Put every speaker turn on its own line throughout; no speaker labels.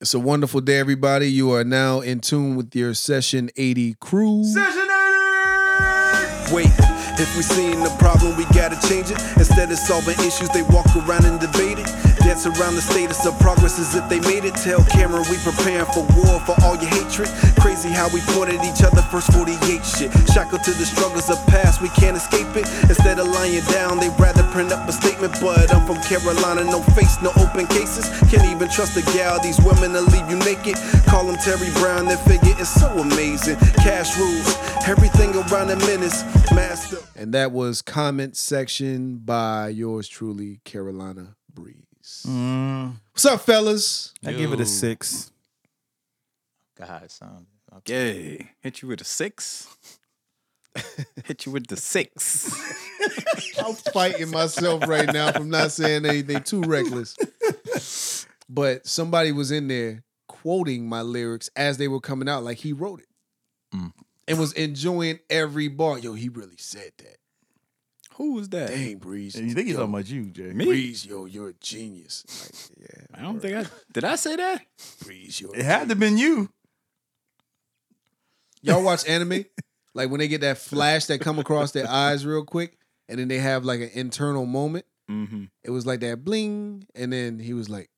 It's a wonderful day, everybody. You are now in tune with your Session 80 crew.
Wait, if we seen the problem, we gotta change it. Instead of solving issues, they walk around and debate it. Dance around the status of progress as if they made it. Tell Cameron we preparing for war for all your hatred. Crazy how we pointed each other first 48 shit. Shackled to the struggles of past, we can't escape it. Instead of lying down, they rather print up a statement. But I'm from Carolina, no face, no open cases. Can't even trust a gal, these women will leave you naked. Call them Terry Brown, their figure is so amazing. Cash rules, everything around the menace. Master.
And that was comment section by yours truly, Carolina Breeze.
Mm.
What's up, fellas?
I give it a six.
God, son.
Yay. Hit you with a six. Hit you with the six.
I'm fighting myself right now from not saying anything too reckless. But somebody was in there quoting my lyrics as they were coming out, like he wrote it.
Mm.
And was enjoying every bar. Yo, he really said that.
Who was that?
Dang, Breeze.
You think he's
yo,
talking about you, Jay?
Breeze, yo, you're a genius. Like, yeah,
I don't think I did. I say that.
Breeze, yo.
It had to have been you.
Y'all watch anime? Like when they get that flash that come across their eyes real quick, and then they have like an internal moment.
Mm-hmm.
It was like that bling, and then he was like,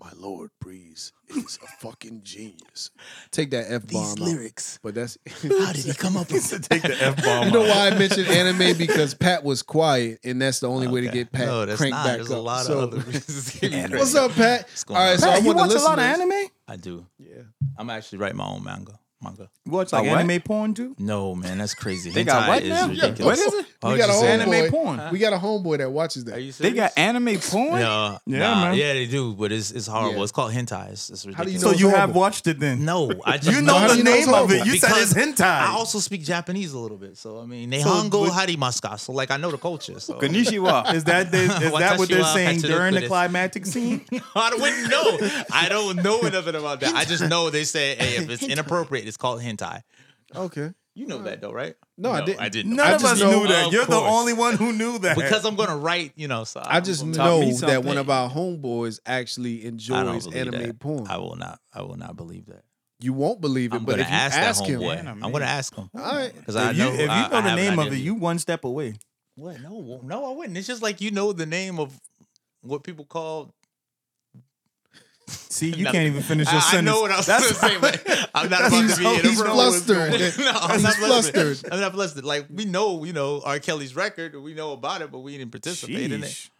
"My lord, Breeze is a fucking genius." Take that f bomb.
lyrics.
But that's
How did he come up with it?
Take the f bomb.
you know why I mentioned anime because Pat was quiet, and that's the only way to get Pat
no, that's
cranked
not.
back
There's
up.
a lot
So,
of other reasons.
Anime.
What's up, Pat?
What's
All
going
right,
on?
so I
Pat, you
want
watch
the
a lot of
listeners-
anime? You
I do.
Yeah.
I'm actually write my own manga. Manga.
watch
Like
like
what?
anime porn too?
No, man, that's crazy.
They got
Hentai
what
is
now? Yeah,
ridiculous.
what is it?
Why
We
would
got
you
a
say
whole
that?
Oh, Anime
boy.
porn.
We got a homeboy that watches that.
Are you
They
serious?
got anime porn.
No,
Yeah,
yeah,
man.
yeah, they do, but it's it's horrible. It's called hentai. It's, it's ridiculous.
How do you
So
know it's
you have
horrible.
watched it then?
No, I just
You know
how
it.
do
the
you know it's
name of it.
horrible?
You said
Because
it's hentai.
I also speak Japanese a little bit, so I mean, they
So
Hango
would-
Harimaska, so like I know the culture. So
Konnichiwa.
Is that they, is that what they're
Watashi wa
saying
Hatsuno
during the
Kudes.
climactic scene?
I wouldn't know. I don't know nothing about that. I just know they say, hey, if it's inappropriate, it's called hentai.
Okay.
You
Uh,
know that though, right?
No, I didn't.
I didn't. know.
None
I
of
just
us
know-
knew that.
Of
You're the
course.
only one who knew that.
Because I'm gonna write, you know. So
I just
will-
know
me
that one
something.
of our homeboys actually
I don't
enjoys
believe
anime
that.
porn.
I will not. I will not believe that.
you won't believe it,
I'm
but
gonna
if you
ask,
ask,
that
him,
homeboy.
Man, I
I'm
mean-
gonna ask him.
all right,
Because I
if you,
know
if you know
I- I
the
have an
name of
idea.
it, you one step away.
What? No, well, no, I wouldn't. It's just like you know the name of what people call.
See, you
Nothing.
can't even finish your
I, I
sentence.
know what I was going to say, but I'm not about
he's,
to be
he's
inappropriate.
flustered.
no, I'm not
He's
flustered.
flustered.
I'm not flustered. Like we know, you know, R. Kelly's record. We know about it, but we didn't participate in it
Sheesh.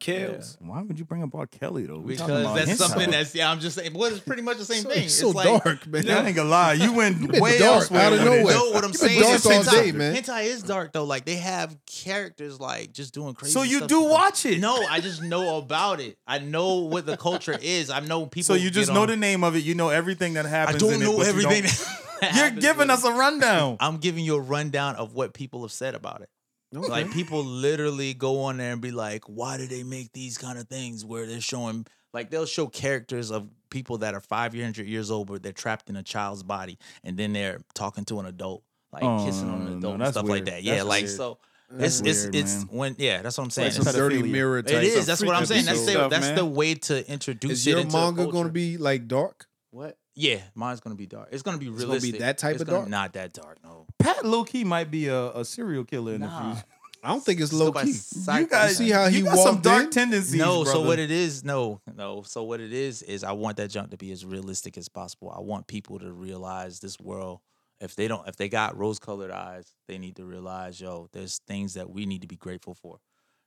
Kills.
Why would you bring up R. Kelly though? We talking
because
about
that's
hentai.
something that's. Yeah, I'm just saying. Well, it's pretty much the same
So,
thing.
it's so
it's like,
dark, man.
that ain't a lie. You went
been
way
dark,
elsewhere
out of
with it.
nowhere.
No, what I'm
You've been
saying
dark
is
all
hentai.
day, man.
hentai is dark though. Like they have characters like just doing crazy.
So you
stuff
do
to-
watch it.
No, I just know about it. I know what the culture is. I know people.
So you just
get
know
on-
the name of it. You know everything that
I
happens.
don't
in it,
know
but you
everything.
don't-
that
You're
happens
giving
with
us a rundown.
it. I'm giving you a rundown of what people have said about it. Like people literally go on there and be like, "Why do they make these kind of things where they're showing like they'll show characters of people that are five hundred years old, but they're trapped in a child's body, and then they're talking to an adult, like
Oh,
kissing
no,
on an
no,
adult and
that's
stuff
weird.
like that. Yeah,
That's
like
weird.
so.
That's
It's it's
weird,
it's
man.
when yeah, that's what I'm saying.
Like
Some
It's-
pedophilia.
dirty mirror
it
type
is.
stuff.
That's what I'm saying. That's
episode.
the, that's
Stuff,
the
man.
way to introduce
Is
it
your
into a
manga going
culture.
to be like dark?
what? Yeah, mine's gonna be dark. It's gonna be
gonna be
realistic.
that type
It's
of
gonna-
dark?
Not that dark. No.
Pat Lowkey might be a, a serial killer in
Nah.
the future.
I don't think it's low
Go by
key.
psycho-
You got,
see how
you
he
got some
walked
dark
in?
tendencies.
No, so
brother.
what it is, no, no. So what it is is I want that junk to be as realistic as possible. I want people to realize this world. If they don't, if they got rose colored eyes, they need to realize, yo, there's things that we need to be grateful for.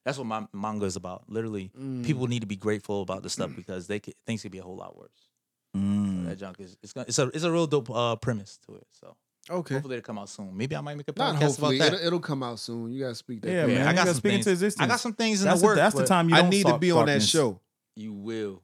That's what my manga is about. Literally,
Mm.
people need to be grateful about the stuff because they could, things could be a whole lot worse. So
Mm.
that junk is it's gonna, it's a it's a real dope uh, premise to it. So
Okay.
hopefully it'll come out soon. Maybe I might make a
Not
podcast about
hopefully.
that.
It'll, it'll come out soon. You got to speak that.
Yeah,
through.
man.
I
you
got
gotta
some
speak into
things-
existence.
I got some things in
That's, the,
the work.
that's the
but
time you
I
don't
need to
start
be on that
darkness.
show
You will.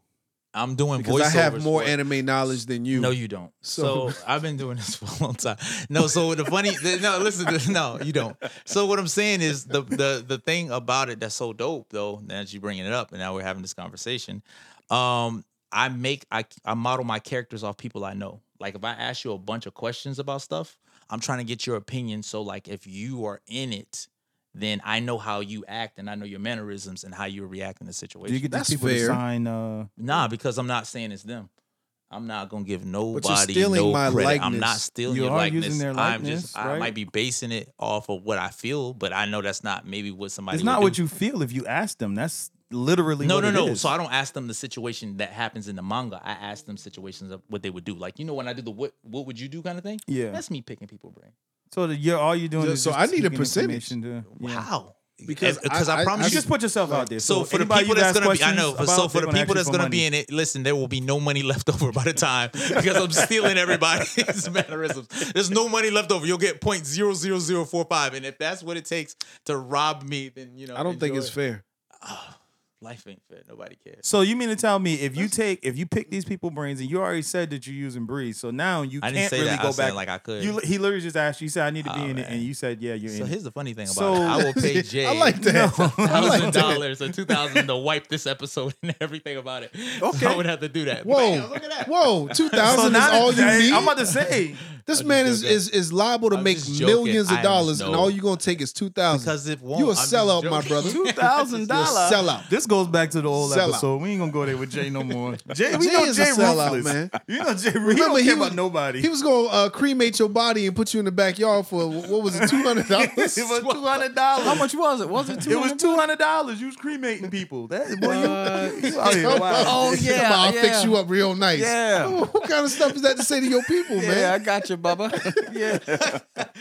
I'm doing
because I
voiceovers.
have more
for it.
anime knowledge than you.
No, you don't.
So-
So, I've been doing this for a long time. No, so the funny, the- no, listen, no, you don't. So what I'm saying is the the the thing about it that's so dope though. Now that you bringing it up, and now we're having this conversation. Um, I make I I model my characters off people I know. Like if I ask you a bunch of questions about stuff, I'm trying to get your opinion. So like if you are in it, then I know how you act and I know your mannerisms and how you react in the
Do you
situation.
get these
That's
people to
fair.
sign? Uh,
Nah, because I'm not saying it's them. I'm not gonna give nobody
stealing
no
my
credit. I'm
likeness.
not stealing
You
your
are
likeness.
using their
I'm just
likeness,
I
right?
might be basing it off of what I feel, but I know that's not maybe what somebody.
It's
would
not
do.
what you feel if you ask them. That's literally
No,
what
no,
it
no.
is.
So I don't ask them the situation that happens in the manga. I ask them situations of what they would do. Like you know when I do the what what would you do kind of thing.
Yeah.
that's me picking people brain.
So that you're all you're doing
Yeah,
is
so
just
I need a
taking
percentage.
information To, yeah.
How?
Because
And- because
I-
I,
I-
promise
I
you.
Just put yourself out there.
so for the
anybody
people
you
that's
ask
gonna be, I know.
questions
so
about,
for
they're
the people
ask you
that's
for
gonna
money.
be in it, listen, there will be no money left over by the time because I'm stealing everybody's mannerisms. There's no money left over. You'll get point zero zero zero four five, and if that's what it takes to rob me, then you know.
I don't think
enjoy
it's
it.
fair.
Life ain't fair. Nobody cares.
So you mean to tell me if you take if you pick these people brains and you already said that you're using Breeze, so now you
I
can't
didn't say
really
that. I
go
was saying
back
like I could.
You, he literally just asked you. Said I need to be
Oh,
in it,
man.
and you said yeah, you're
So
in. it.
here's the funny thing about
So-
it. I will pay Jay.
I like that. I like
thousand
that.
dollars or two thousand to wipe this episode and everything about it.
Okay.
I would have to do that. Bam,
Whoa,
look at that.
whoa, two
So
thousand is
now
all you
that-
need.
I'm about to say
this
I'm
man
just
is,
joking.
is is liable to
I'm
make
just joking.
millions
I
of
just
dollars, and
know.
all you're gonna take is two thousand.
Because it won't.
You a
I'm just
sellout, my
joking.
brother. You
Two thousand
a
dollars.
sellout.
this goes back to the old
Sellout.
episode. We ain't gonna go there with Jay no more. Jay, we
Jay
know
is a
Jay
sellout,
ruthless.
man.
You know Jay. Remember,
Remember,
don't
he
care
was-
about nobody.
He was gonna uh, cremate your body and put you in the backyard for what was it, two hundred dollars?
it was two hundred dollars.
How much was it? Was it two?
It was two hundred dollars. You was cremating people. That boy, you, you out here wild.
Oh, yeah,
Come on, I'll fix
yeah.
you up real nice.
Yeah.
What, what kind of stuff is that to say to your people,
Yeah, I
man?
got you, Bubba. yeah.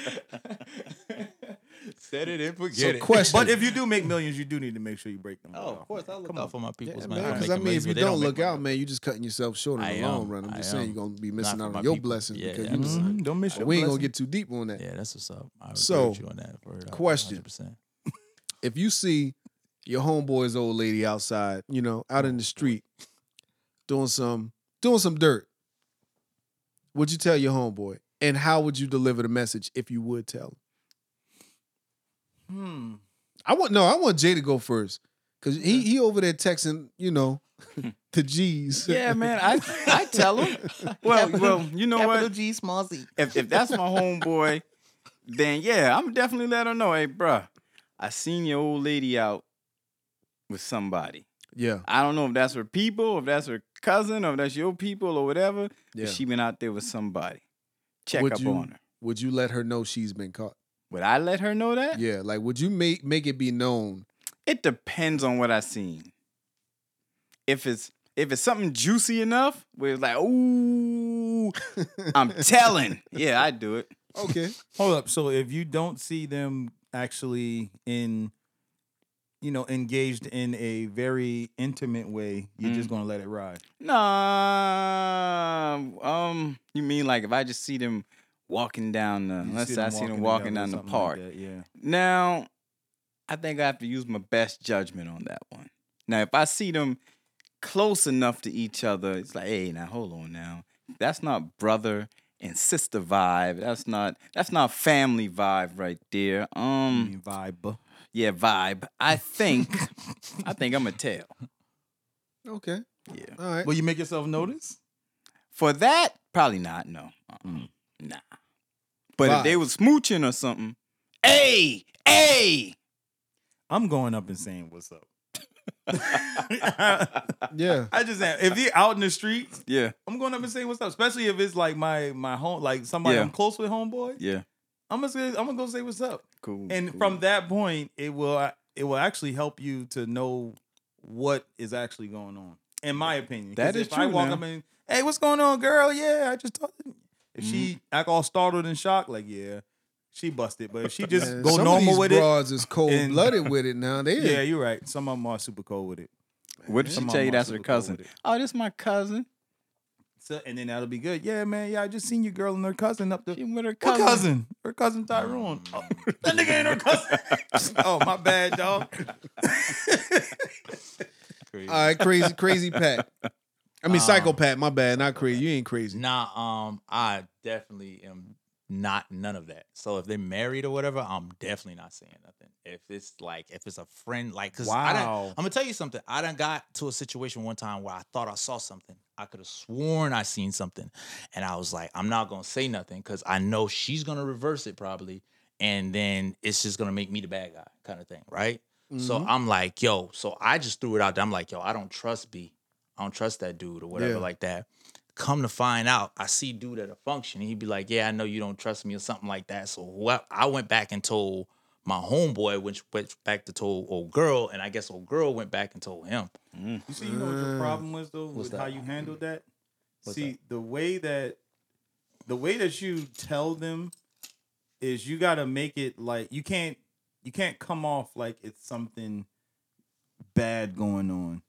Set it and forget
So, question.
But if you do make millions, you do need to make sure you break them.
Oh, of course, I look out for my people's man.
because
make
I mean, if
amends,
you
but they
don't
make
look
money.
out, man, you're just cutting yourself short in
I
the
am.
long run. I'm
I
just saying
am.
you're gonna be missing
for
out
my
on your
people.
blessings
Yeah,
because
yeah.
you just,
Mhm, Don't miss your
Uh, we ain't gonna
blessing.
get too deep on that.
Yeah, that's what's up. I agree
So,
with you on that. word up,
question.
100%.
If you see your homeboy's old lady outside, you know, out in the street, doing some doing some dirt, would you tell your homeboy? And how would you deliver the message if you would tell him?
Hmm.
I want no, I want Jay to go first. Cause he he over there texting, you know, the G's.
Yeah, man. I I tell him. Well, well, you know what?
G small Z.
if if that's my homeboy, then yeah, I'm definitely let her know. Hey, bruh, I seen your old lady out with somebody.
Yeah.
I don't know if that's her people, if that's her cousin, or if that's your people or whatever.
Yeah.
But she been out there with somebody. Check
Would
up
you-
on her.
Would you let her know she's been caught?
Would I let her know that?
Yeah. Like would you make make it be known?
It depends on what I seen. If it's if it's something juicy enough, where it's like, ooh, I'm telling. Yeah, I do it.
Okay.
Hold up. So if you don't see them actually in, you know, engaged in a very intimate way, you're just gonna let it ride.
Nah. Um, you mean like if I just see them walking down the,
You
unless
them
I see them
together
walking
or
down the
something like
park.
that, yeah.
now, I think I have to use my best judgment on that one. Now, if I see them close enough to each other, it's like, hey, now hold on now. That's not brother and sister vibe. That's not that's not family vibe right there.
I
Um,
mean, vibe.
yeah, vibe. I think I think I'm a tell.
Okay.
Yeah.
All right.
Will you make yourself notice?
For that, probably not. No,
Mm.
uh-uh. nah. But if they
Vibe.
was smooching or something, hey, hey,
I'm going up and saying what's up. I
Yeah.
just am. If he out in the streets,
yeah,
I'm going up and saying what's up. Especially if it's like my my home, like somebody
Yeah.
I'm close with, homeboy.
yeah,
I'm gonna say, I'm gonna go say what's up.
cool.
and
cool.
from that point it will it will actually help you to know what is actually going on in my opinion 'Cause
That is
if i
true
walk
now.
up and hey what's going on girl yeah i just talked to-" if she
Mm-hmm.
act all startled and shocked like yeah she busted but if she just
Man,
go
some
normal
of these
with it
broads is cold blooded with it now. They
yeah you're right some of them are super cold with it
what did she
Some
tell you?
mama
That's her
super cool
cousin.
with it.
Oh, this my cousin.
so, and then that'll be good yeah man yeah i just seen your girl and her cousin up the
She with her
Her
cousin.
cousin, her cousin Tyrone.
Mm.
Oh, that nigga ain't her cousin. oh, my bad, dog.
All right, crazy, crazy Pat. I mean, psychopath. My bad. Not crazy. You ain't crazy.
Nah, um, I definitely am not none of that. So if they're married or whatever, I'm definitely not saying nothing. If it's like if it's a friend, like because
Wow.
I done, I'm gonna tell you something. I done got to a situation one time where I thought I saw something. I could have sworn I seen something, and I was like, I'm not gonna say nothing because I know she's gonna reverse it probably, and then it's just gonna make me the bad guy kind of thing, right? So I'm like, yo. So I just threw it out there. I'm like, yo, I don't trust B. I don't trust that dude or whatever
Yeah.
like that. Come to find out, I see dude at a function. And he'd be like, "Yeah, I know you don't trust me or something like that." So whoever, I went back and told my homeboy, which went back to told old girl, and I guess old girl went back and told him.
You see, you know what your problem was though with
that?
how you handled that. see, the way that the way that you tell them is you got to make it like you can't you can't come off like it's something bad going on.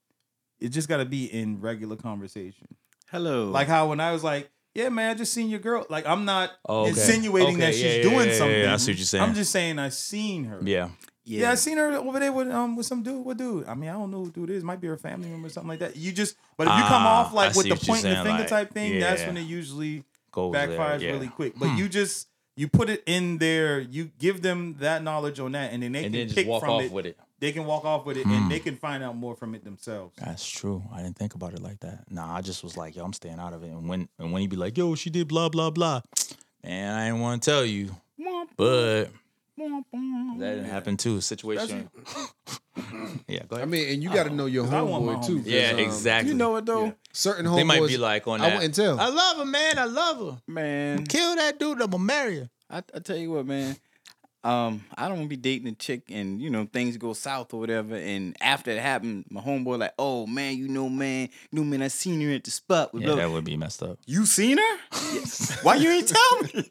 It just got to be in regular conversation.
Hello.
Like how when I was like, "Yeah, man, I just seen your girl." Like I'm not
Oh, okay.
insinuating that
Okay,
she's
yeah, yeah,
doing
yeah, yeah,
something.
yeah, I see what you're saying.
I'm just saying I seen her.
Yeah,
Yeah, I seen her over there with um with some dude. What dude? I mean, I don't know who dude is. Might be her family member or something like that. You just, but if you come
Ah,
off like with
I see
the
what you're
point and the
saying,
finger
like,
type thing, that's
yeah.
when it usually
go over there,
backfires
yeah. Hmm.
really quick. But you just you put it in there, you give them that knowledge on that, and then they can
and then just
pick
walk
from
off
it.
with it. Hmm.
They can walk off with it, and they can find out more from it themselves.
That's true. I didn't think about it like that. Nah, I just was like, yo, I'm staying out of it. And when and when he be like, yo, she did blah blah blah, man, I didn't want to tell you, but that didn't happen too. Situation. yeah,
I
go ahead.
mean, and you got to know your
'Cause I want my
homeboy too.
homies.
'cause,
yeah,
um,
exactly.
You know it though,
Certain homeboys
they might be like on
I
that.
wouldn't tell.
I love her, man. I love her.
man.
Kill that dude. I'm gonna marry her.
I, I tell you what, man. Um, I don't want to be dating a chick and you know things go south or whatever. And after it happened, my homeboy like, oh man, you know, man, you know, man, I seen her at the spot. With blah-
would be messed up.
You seen her? Why you ain't tell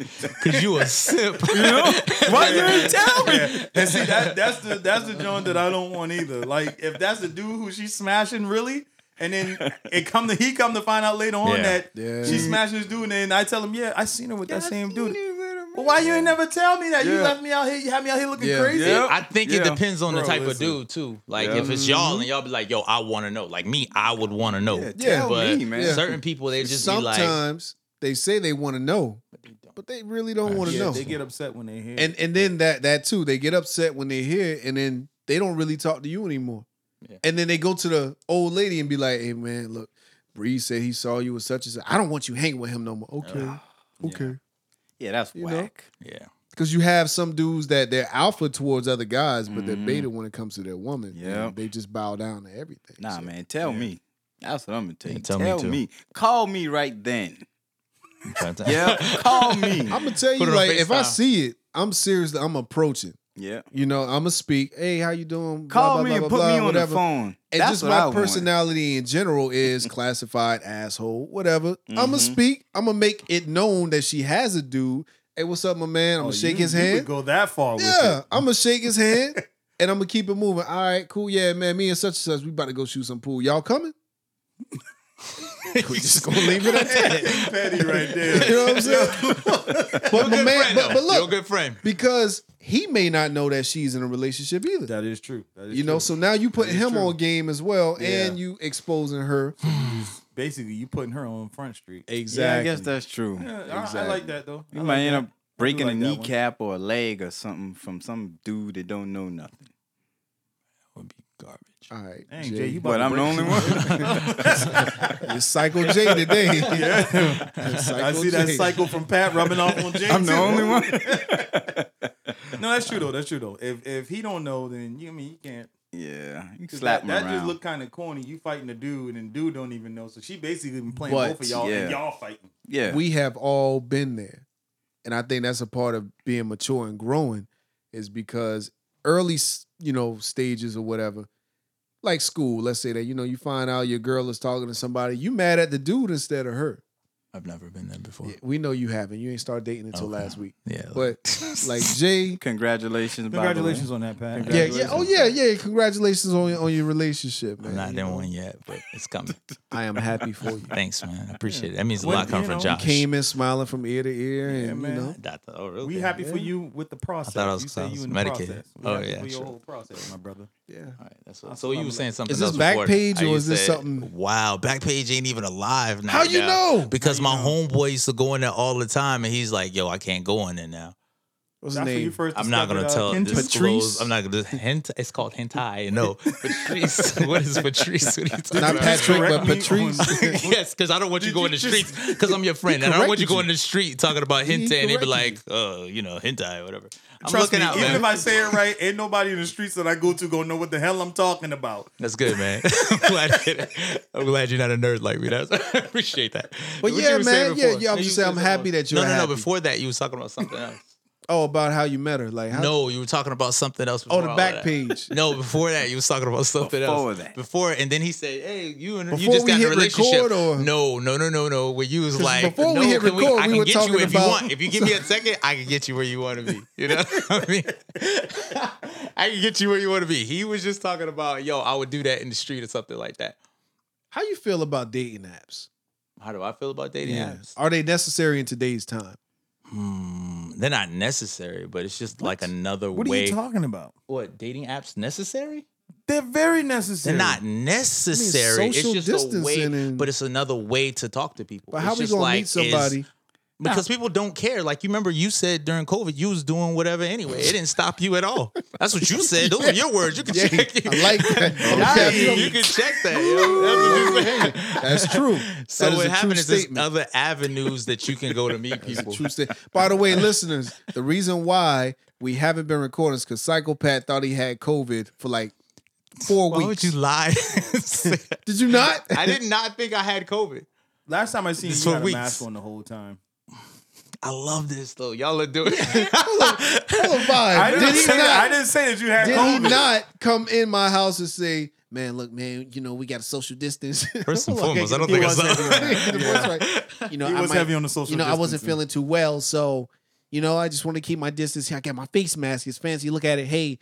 me?
Cause you a simp.
You know? Why you ain't tell me?
And see that that's the that's the joint that I don't want either. Like if that's the dude who she's smashing really, and then it come to he come to find out later on
Yeah.
that
Yeah.
she's smashing this dude, and then I tell him, yeah, I seen her with that same dude. Well, why you ain't never tell me that? You
Yeah.
left me out here. You had me out here looking
Yeah.
crazy.
Yeah.
I think it
Yeah.
depends on the
Bro,
type of
listen.
dude too. Like if it's y'all and y'all be like, "Yo, I want to know." Like me, I would want to know.
Mm-hmm. Yeah.
Tell
but
me, man.
Yeah.
certain people they just be like,
Sometimes they say they want to know, but they really don't want to
Yeah,
know.
they get upset when they hear.
and and then that that too, they get upset when they hear, it, and then they don't really talk to you anymore.
Yeah.
And then they go to the old lady and be like, "Hey man, look, Bree said he saw you with such and such. I don't want you hanging with him no more." Okay, okay.
Yeah, that's
You know?
whack.
"Yeah,
Because you have some dudes that they're alpha towards other guys, but
Mm-hmm.
they're beta when it comes to their woman.
Yeah.
And they just bow down to everything.
Nah,
So,
man, tell me. That's what I'm gonna tell you.
Yeah,
tell
tell me
me,
too.
Call me right then.
Sometimes-
Yeah, call me.
I'm gonna tell you,
Put it on
like, if I
FaceTime.
see it, I'm seriously, I'm approaching.
yeah.
You know, I'm gonna speak. Hey, how you doing? Blah,
Call
blah,
me
blah, blah,
and put me
blah,
on
whatever.
the phone.
And
That's
just
what I
my
want.
personality in general is classified asshole, whatever. I'm
Mm-hmm.
gonna speak. I'm gonna make it known that she has a dude. Hey, what's up, my man? I'm
Oh,
gonna shake
you-
his
you would
hand.
go that far with
Yeah,
it.
I'm gonna shake his hand and I'm gonna keep it moving. All right, cool. Yeah, man. Me and such and such, we about to go shoot some pool. Y'all coming? we just gonna leave it at that.
Petty right there.
You know what I'm saying? but my
Good
man, but,
friend, though.
but
You're a
look,
good friend.
because he may not know that she's in a relationship either.
That is true. That is
you know,
true.
so now you put
That is
him
true.
on game as well,
Yeah.
and you exposing her.
basically you putting her on front street.
Yeah, I guess that's true.
Yeah, I- I, like that though.
You
I
might
like
end
that.
up breaking
like
a
that one.
kneecap or a leg or something from some dude that don't know nothing.
would be garbage.
All right,
Dang,
Jay,
Jay, you about
But I'm
to
the only
break-
one.
you're Psycho Jay today.
Yeah.
Psycho
I see that
Jay.
cycle from Pat rubbing off on James.
I'm the only one.
No, that's true though. That's true though. If if he don't know, then you I mean you can't.
yeah, you
'cause
slap
that,
him
that
around.
just look kind of corny. You fighting a dude and dude don't even know. So she basically been playing
But,
both of y'all and
yeah.
y'all fighting.
yeah,
we have all been there. And I think that's a part of being mature and growing is because early, s- you know, stages or whatever, like school, let's say that, you know, you find out your girl is talking to somebody, you mad at the dude instead of her.
I've never been there before.
Yeah, We know you haven't. You ain't started dating until
Okay.
last week.
Yeah,
But like Jay.
congratulations.
Congratulations on that, Pat.
Yeah, yeah. Oh, yeah, yeah. Congratulations on your, on your relationship, man.
I'm not
You
in
know,
one yet, but it's coming.
I am happy for you.
Thanks, man. I appreciate it. That means a
Well,
lot coming
you
from
know,
Josh.
Came in smiling from ear to ear, and
man.
you know,
That- oh, really?
We happy for you with the process.
I was-
you say
I
you
was
in the
medicated.
process. We
Oh,
happy
yeah,
for your
true.
whole process, my brother.
yeah.
All right, that's what, so you were saying something.
Is this
else
back
before-
page
I
or is
just
this something-
Wow, back page ain't even alive now.
How you
now.
know?
Because my homeboy used to go in there all the time, and he's like, "Yo, I can't go in there now."
What's his
That's when you
name?
first
I'm not gonna
discovered, uh,
tell
Kentu.
disclose. I'm not gonna hint. It's called hentai. No, Patrice. what is Patrice? What are you talking
Not
about?
Patrick, but
Correct me
Patrice.
on-
yes, because I don't want you
Did
going
you
the
just-
streets because I'm your friend, and I don't want you
corrected
going to the street talking about
He
hentai, and they be
corrected
like, uh, you know, hentai, or whatever. I'm
Trust
looking
me,
out,
even
man.
if I say it right, ain't nobody in the streets that I go to gonna know what the hell I'm talking about.
That's good, man. I'm, glad I'm glad you're not a nerd like me. That's, I appreciate that.
But
What
yeah,
you were saying
man, yeah,
before?
yeah, I'm
You
just saying
were
I'm
saying
happy
before-
that you're
No, no,
happy.
no. Before that, you were talking about something else.
Oh, about how you met her. Like how
No, you were talking about something else.
Oh,
Before
the
all
back
that.
page.
No, before that, you was talking about something
Before
else.
that.
Before, and then he said, "Hey, you and you
Before
just
we
got in a
hit
relationship."
record or-
No, no, no, no, no. Where you was
'Cause
like,
before
no,
we hit
can
record,
I
we
can
were
get
talking
you if
about-
you want. If you give me a second, I can get you where you want to be. You know what I mean? I can get you where you want to be. He was just talking about, yo, I would do that in the street or something like that.
how you feel about dating apps?
How do I feel about dating apps?
Are they necessary in today's time?
Hmm, they're not necessary, but it's just like another
What are
way.
you talking about?
what dating apps necessary?
They're very
They're
necessary.
not necessary.
social
it's just a way,
distancing and-
but it's another way to talk to people.
But
It's
how we
just
gonna
like,
meet
is-
somebody?
because people don't care. Like you remember, you said during COVID, you was doing whatever anyway. It didn't stop you at all. That's what you said. Those were your words. You can
Yeah,
check. it.
I like that.
Yeah,
Okay.
you can check that. yo. That's what you said.
Oh, That's true.
So
that is
what
a
happened
true
is there's
statement.
other avenues that you can go to meet
It's a
people.
true statement. By the way, listeners, the reason why we haven't been recording is because Psychopath thought he had COVID for like four
Why would
weeks.
you lie?
Did you not?
I did not think I had COVID.
Last time I seen you,
This
you
for
had a
weeks.
mask on the whole time.
I love this though. Y'all are doing.
Full of vibe.
I didn't,
Did he
say, that. I
not?
didn't say that you had
Did
COVID.
he not come in my house and say, "Man, look, man, you know we got to social distance."
First and
Like,
foremost, I don't
he
think I
was
saw-
heavy on that. The voice like, You know,
He
I
was
might-
heavy on the social
You know, I wasn't
distancing.
feeling too well, so you know, I just want to keep my distance. Here, I got my face mask. It's fancy. Look at it. Hey,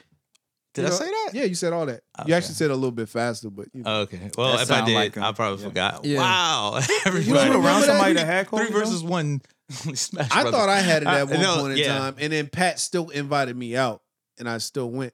Did
you
I
know-
say that?
Yeah, you said all that.
Okay. Oh,
You actually said it a little bit faster, but you know.
Okay. Well,
That
if I
sound
did,
like him.
I probably
Yeah.
forgot.
Yeah.
Wow.
You don't
You
Everybody.
remember
around
that?
somebody that had COVID.
Three versus one. Smash
I
Brothers.
thought I had it
I-
at one
no,
point in
yeah.
time, and then Pat still invited me out, and I still went.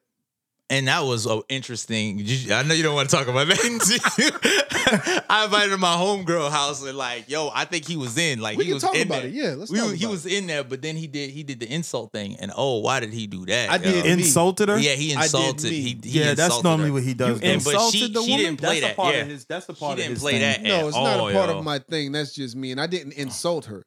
and that was an interesting. you- I know you don't want to talk about that. I invited him to my homegirl house and like, yo, I think he was in. Like
We
he
can
was
talk
in
about
there.
it. Yeah, let's
We
talk
were- he
about
was in there, but then he did he did the insult thing, and oh, why did he do that?
I
yo?
did-
insulted her.
Yeah, he
I did
insulted.
me.
He, he
Yeah, that's
insulted
normally
her.
what he does.
And-
though.
but she, she didn't play
that's a
that.
part
yeah.
of his. That's a
she
part of
didn't
his
play
thing.
that.
it. No,
at
it's not
all, Oh.
a part
yo.
of my thing. That's just me, and I didn't insult her.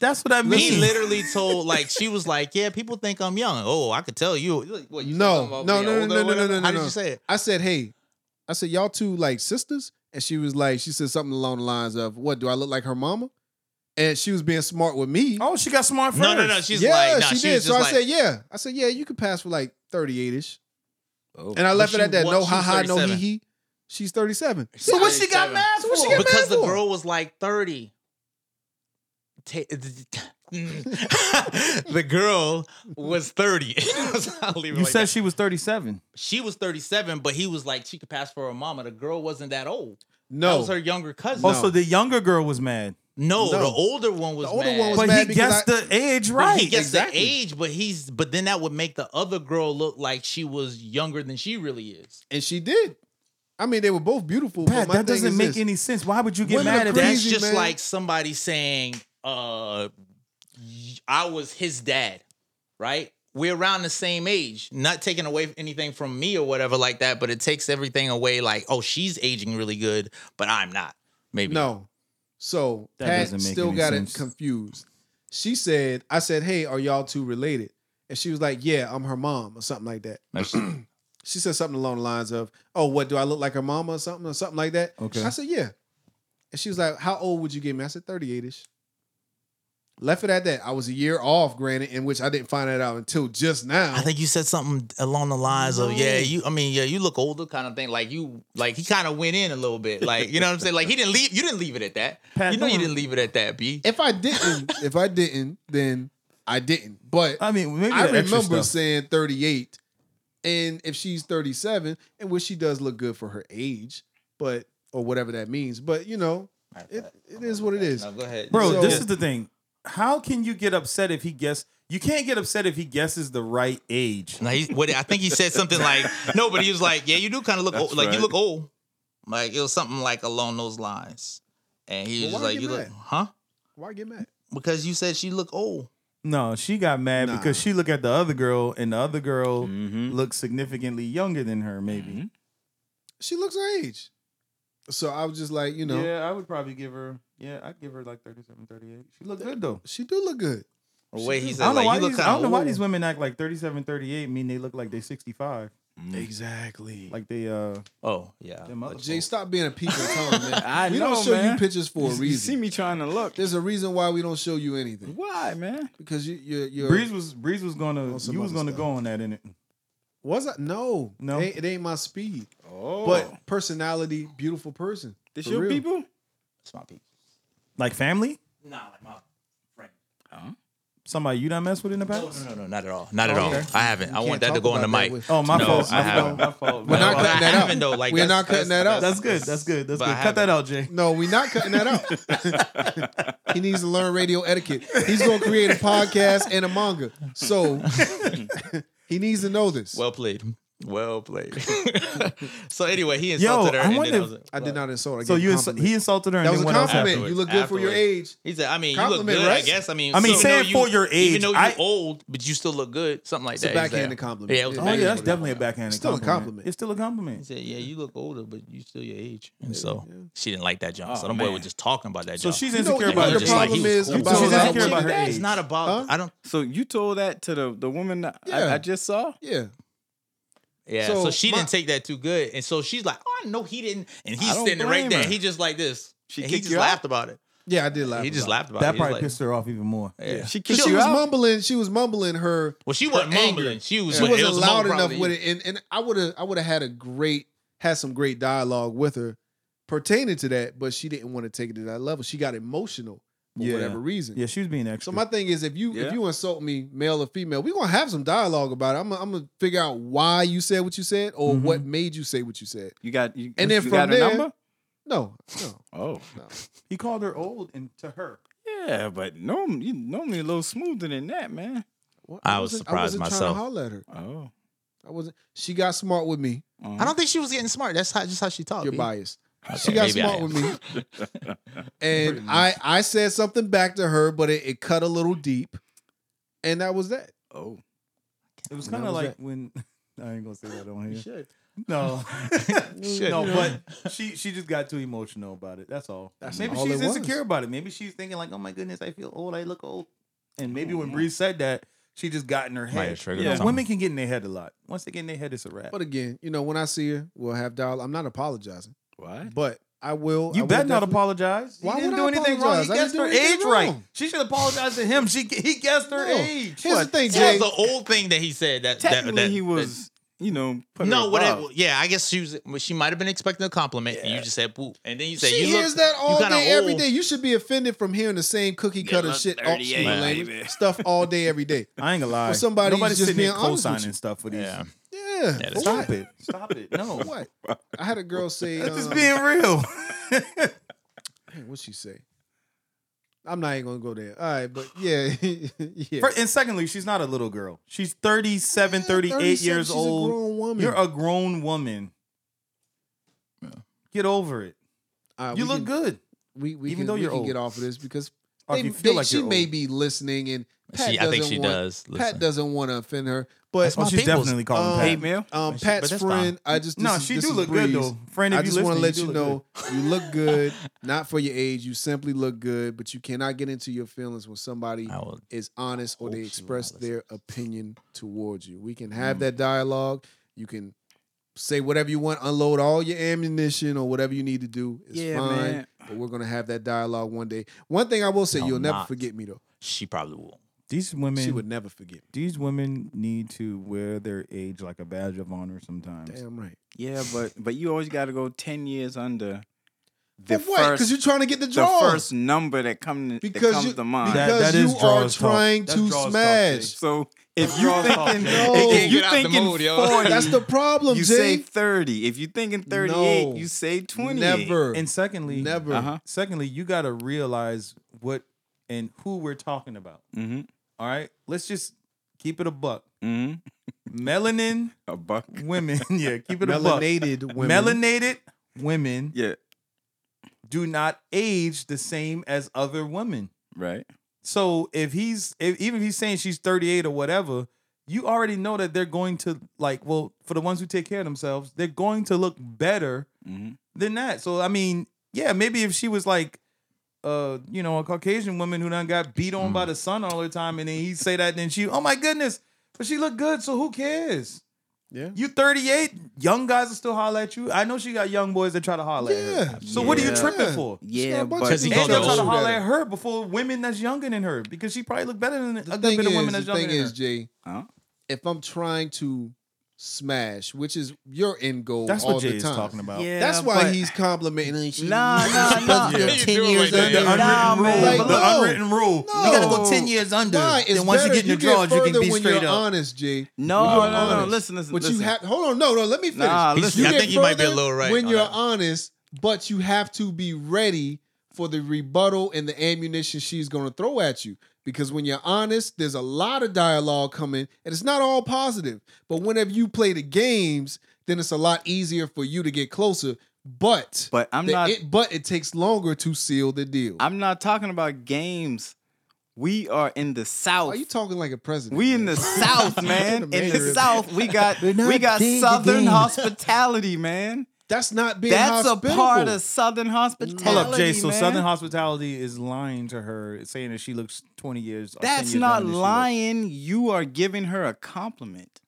That's what I mean.
He literally told like she was like, "Yeah, people think I'm young. Oh, I could tell you. Like, What, you said something
No,
about
no,
being
no, no, no,
older or
no, no,
whatever?
no.
How did
no.
you say it?
I said, hey, I said, y'all two like sisters? And she was like, she said something along the lines of, what, do I look like her mama? And she was being smart with me.
oh, she got smart first.
No, no, no. She's
yeah,
like, nah,
she,
she,
did.
was
So
just
I
like,
said, yeah. I said, yeah, you could pass for like 38 ish. And I left
But
it at
she
that. No
was-
ha ha, no he
37.
he. She's 37.
So what she got
37.
mad
So
for?
what she got mad
because the
for?
girl was like 30. Ta- the girl was 30. I'll leave it
You
like
said
that.
she was thirty-seven.
she was 37, but he was like, she could pass for her mama. The girl wasn't that old. That
No.
was her younger cousin.
Oh,
No.
so the younger girl was mad,
No,
No.
the older one was
The older
mad.
one was
but
mad
he
because
guessed the age
But
right.
he gets
exactly.
the age, but he's but then that would make the other girl look like she was younger than she really is.
And she did. I mean, they were both beautiful. but
Pat,
my
that
thing
doesn't
is
make
this.
any sense. Why would you get
Women
mad
are
at that?
That's
Crazy,
just
man.
like somebody saying, uh I was his dad, right? We're around the same age, not taking away anything from me or whatever like that, but it takes everything away like, oh, she's aging really good, but I'm not. Maybe.
No. So
That
Pat
doesn't make
still
any
got
sense.
it confused. She said, I said, hey, are y'all two related? And she was like, yeah, I'm her mom or something like that. She said something along the lines of, oh, what, do I look like her mama or something or something like that?
Okay.
I said, yeah. And she was like, how old would you get me? I said, 38 ish. Left it at that. I was a year off, granted, in which I didn't find that out until just now.
I think you said something along the lines of, yeah, you I mean, yeah, you look older kind of thing. Like you like he kind of went in a little bit. Like, you know what I'm saying? Like he didn't leave you didn't leave it at that.
Pat,
you know you
don't-
didn't leave it at that, B.
if I didn't, if I didn't, then I didn't. But
I mean, maybe
I
the extra
remember
stuff.
saying 38, and if she's 37, and which she does look good for her age, but or whatever that means. But you know, it, it is what it is.
No, go ahead.
bro.
So-
this is the thing. How can you get upset if he guess? You can't get upset if he guesses the right age.
Now he, what, I think he said something like, "No, but he was like, yeah, you do kind of look old, like you
right.
look old, like it was something like along those lines." And he
Well,
was just
why
like,
you
"You
get
look,
mad?
huh?"
Why get mad?
Because you said she look old.
No, she got mad
Nah.
because she looked at the other girl, and the other girl
Mm-hmm.
looked significantly younger than her. Maybe.
She looks her age. So I was just like, you know,
Yeah, I would probably give her. Yeah, I'd give her like 37, 38. She looked good though.
she do look good.
The way he
I
said,
don't know
like,
why
you look
these. I
kind of
don't know why these women act like 37, 38 mean they look like they sixty five.
Exactly. Like
Like they uh.
Oh, yeah.
Them other
Jay,
folk.
stop being a peep and Tom, man.
I
we
know,
don't show
man.
you pictures for a
You- You see
reason.
me trying to look.
There's a reason why we don't show you anything
Why, man?
because you, you're, you're
Breeze was Breeze was gonna
On some
you was
other
gonna
stuff.
go on that in it.
Was I? No,
No.
It, ain't- it ain't my speed.
Oh,
But personality, beautiful person.
this
for
your
real.
people?
That's my people.
Like family,
Nah, like my friend.
somebody you done mess with in the past.
No, no, no, no, not at all. Not at
Oh, Okay.
all. I haven't. I
You
want
can't
that to
talk
go on the
about that
mic.
with-
Oh my
No,
fault.
I
my
haven't.
fault. My fault.
We're
my
not
fault.
cutting that
I
out.
haven't, though. Like,
We're
that's-
not cutting
that's-
that out.
That's good. That's good. That's
But
good.
I
Cut that out, Jay.
No, we're not cutting that out. he needs to learn radio etiquette. He's gonna create a podcast and a manga, so he needs to know this.
Well played. Well played. so anyway, he
Yo,
insulted her.
I
and
wonder
then
if-
was like,
I did not insult. I
So
gave
you
a
ins-
compliment.
he insulted her. And
that was
then
a
went outside.
compliment.
Afterwards.
You look good for your
Afterwards.
age.
He said, I mean, you look
Compliment,
good, I
right?
guess. I mean,
I mean,
even
saying
though
for your age,
Even though you're
I-
old, but you still look good. Something like
It's a
that. He said-
backhanded compliment.
Yeah, it was a
Yeah.
Oh yeah, that's
backhanded
definitely a
compliment.
backhanded.
Still a
compliment.
compliment.
It's still a
He
compliment.
said, yeah, you look older, but you still your age. And so she didn't like that job. so them boy
man.
was just talking about that
Oh, So
job.
she's
You know
insecure
what
about
the
her
problem
age.
is
She's
about
that
insecure about her
chick?
age.
It's not about,
Huh?
I don't,
So you told that to the the woman that I,
Yeah.
I just saw?
Yeah,
yeah. So,
So
she
my-
didn't take that too good. And so she's like, oh, I know he didn't. And
I
he's
don't
standing right
blame
there.
her.
He just like this.
She
and he
kicked
just
you out?
laughed about it.
yeah, I did laugh.
He just
about
laughed about
That
it. He was
probably
like-
pissed her off even more.
Yeah.
She
it.
kissed
She
you
was
out?
mumbling. She was mumbling her.
Well, she wasn't
her anger.
mumbling. She was.
She
it
wasn't
was
loud
mumbling
enough
probably.
with it, and, and I would have I would have had a great had some great dialogue with her pertaining to that, but she didn't want to take it to that level. She got emotional for
Yeah.
whatever reason.
Yeah, she was being
So
extra.
my thing is, if you
Yeah.
if you insult me, male or female, we're gonna have some dialogue about it. I'm gonna, I'm gonna figure out why you said what you said or
Mhm.
Mm-hmm.
what made you say what you said.
You got you,
And
you
then
got
from
her
there-
number?
No, no,
Oh.
no.
he called her old and to her.
Yeah, but norm, you normally a little smoother than that, man.
What-
I was
wasn't-
surprised
I wasn't
myself.
Trying to holler at her.
Oh.
I wasn't. She got smart with me.
I don't think she was getting smart. That's how just how she talked.
You're
B.
biased.
Okay,
she got
maybe I
smart
am.
with me. and I, I said something back to her, but it, it cut a little deep. And that was that.
Oh.
It was
And that
kind of
was
like
that.
when I ain't gonna say that on here.
Shit.
No,
Shit.
no, but she she just got too emotional about it. That's all.
That's
maybe
all
she's
it was.
insecure about it. Maybe she's thinking like, oh my goodness, I feel old. I look old. And
Oh,
maybe when Bree said that, she just got in her
Might
head.
have triggered
You know,
something.
women can get in their head a lot. Once they get in their head, it's a wrap.
But again, you know, when I see her, we'll have dialogue. I'm not apologizing,
What?
but I will.
you
I
better
will
not
definitely-
apologize. He
Why
didn't
would
do
I
anything
apologize?
wrong.
I
He guessed
didn't
her
do anything
age right.
wrong.
She should apologize to him. She he guessed her
No.
age.
Here's
What?
the thing,
That
Jay.
was the old thing that he said. That
Technically,
that, that,
he was, you know,
that-
put
no,
her
whatever.
above.
Yeah, I guess she was. well, She might have been expecting a compliment, and you just said "boo," and then you said,
she
"You
hears
look,
that all
you kinda
day, every
old.
day. You should be offended from hearing the same cookie cutter shit, all, excuse my
Man.
language, stuff all day, every day.
I ain't gonna lie.
For somebody who's
Nobody's
just
sitting there
being honest with
co-signing
you.
stuff for these.
Yeah,
Yeah,
That
for
is
what?
it. Stop it. No.
For what? I had a girl say,
That's just
um,
being real.
man, what she say? I'm not even gonna go there. All right, but yeah, yeah.
Fir- and secondly, she's not a little girl. She's 37,
Yeah,
38
37,
years
she's
old.
A grown woman.
You're a grown woman. Get over it.
All right,
You
Uh, we
look
can-
good.
We, we
Even
can,
though
we
you're
can
old.
get off of this because
Or if
they-
you feel
they-
like
she
you're
may
old.
be listening, and Pat
she, I think
doesn't
she
want-
does.
Pat
Listen.
doesn't want to offend her,
That's
but
why
my
Oh, she's
people's-
definitely calling
um,
Pat.
Hey, Mel.
um,
Oh, She- but
Pat's
that's fine.
friend, I just
no,
this is-
she
this
do
is
look good
Breeze.
though. Friend, if
I just
you
want
want
to let you know you look good, not for your age. You simply look good, but you cannot get into your feelings when somebody
I will.
is honest or
hope
they
she will
express
not listen.
their opinion towards you. We can have that dialogue. You can say whatever you want, unload all your ammunition or whatever you need to do. It's
Yeah,
fine.
man.
But we're gonna have that dialogue one day. One thing I will say,
No,
you'll never
not.
forget me though.
She probably will.
These women
she would never forget me.
these women need to wear their age like a badge of honor sometimes.
Damn right.
Yeah, but but you always got to go ten years under the
For what?
first
Because you're trying to get the
the
draw.
first number that come that
Because
comes
you-
to mind.
That-
because
that is
you are
draws talk.
trying
That's
to
draws talk,
smash.
Jay.
so if you
draws talk,
thinking
man.
No. It
if
can't
you
get out the
thinking
mood, yo.
forty,
That's the problem,
Oh, you say
Jay.
thirty. If you thinking thirty eight,
No.
you say twenty.
Never.
And secondly,
Never.
Uh huh.
secondly, you gotta realize what and who we're talking about.
Mm-hmm.
All right. Let's just keep it a buck.
Mm-hmm.
Melanin
A buck.
women. yeah, keep it a buck.
Melanated women.
Melanated women
Yeah.
do not age the same as other women.
Right.
So if he's if, even if he's saying she's 38 or whatever, you already know that they're going to like well for the ones who take care of themselves, they're going to look better
Mm-hmm.
Mhm.
than that. So I mean, yeah, maybe if she was like uh, you know, a Caucasian woman who done got beat on
Mm.
by the sun all the time, and then he say that, then she, oh my goodness, but she looked good, so who cares?
Yeah.
You 38, young guys will still holler at you. I know she got young boys that try to holler at
Yeah.
her. So what are you
Yeah.
tripping for?
Yeah,
It's not
but
about
Because he
you
And
called her
they'll try
gotta
to
old.
holler
holler
at
at her before women that's younger than her because she probably look better than
her.
a
The
good bit of
thing
women
is, the
that's younger
thing
than
is,
her.
Jay,
Huh?
if I'm trying to smash, which is your end goal
That's
all
what Jay
the
is
time.
talking about.
Yeah,
That's why
but-
he's complimenting. her. She-
Nah, nah,
she's
nah.
you're
Yeah, you
10
do it
years
like that.
under.
The
Nah, man,
Like,
but look,
no.
rule.
No. You gotta go 10
years under.
Nah, it's better. get further when you're honest, G.
no,
When you're
no, no, no.
honest.
Listen, listen,
But
listen.
you have hold on, no, no. Let me finish.
Nah,
You
listen.
I
get
think you might be a
further
little right
when
on
you're
that.
honest, but you have to be ready for the rebuttal and the ammunition she's going to throw at you. Because when you're honest, there's a lot of dialogue coming, and it's not all positive. But whenever you play the games, then it's a lot easier for you to get closer. But
but I'm
the-
not.
it, but it takes longer to seal the deal.
I'm not talking about games. We are in the
Are
South.
you talking like a president?
We in
man?
the South, man. In the
America.
South, we got
not
we got
big
Southern
again.
hospitality, man.
That's not being
That's a
hospitable.
part of Southern hospitality.
Hold up, Jay. So
man.
Southern Hospitality is lying to her, saying that she looks 20 years. Or 10
That's
years
not
younger than she
lying. You are giving her a compliment.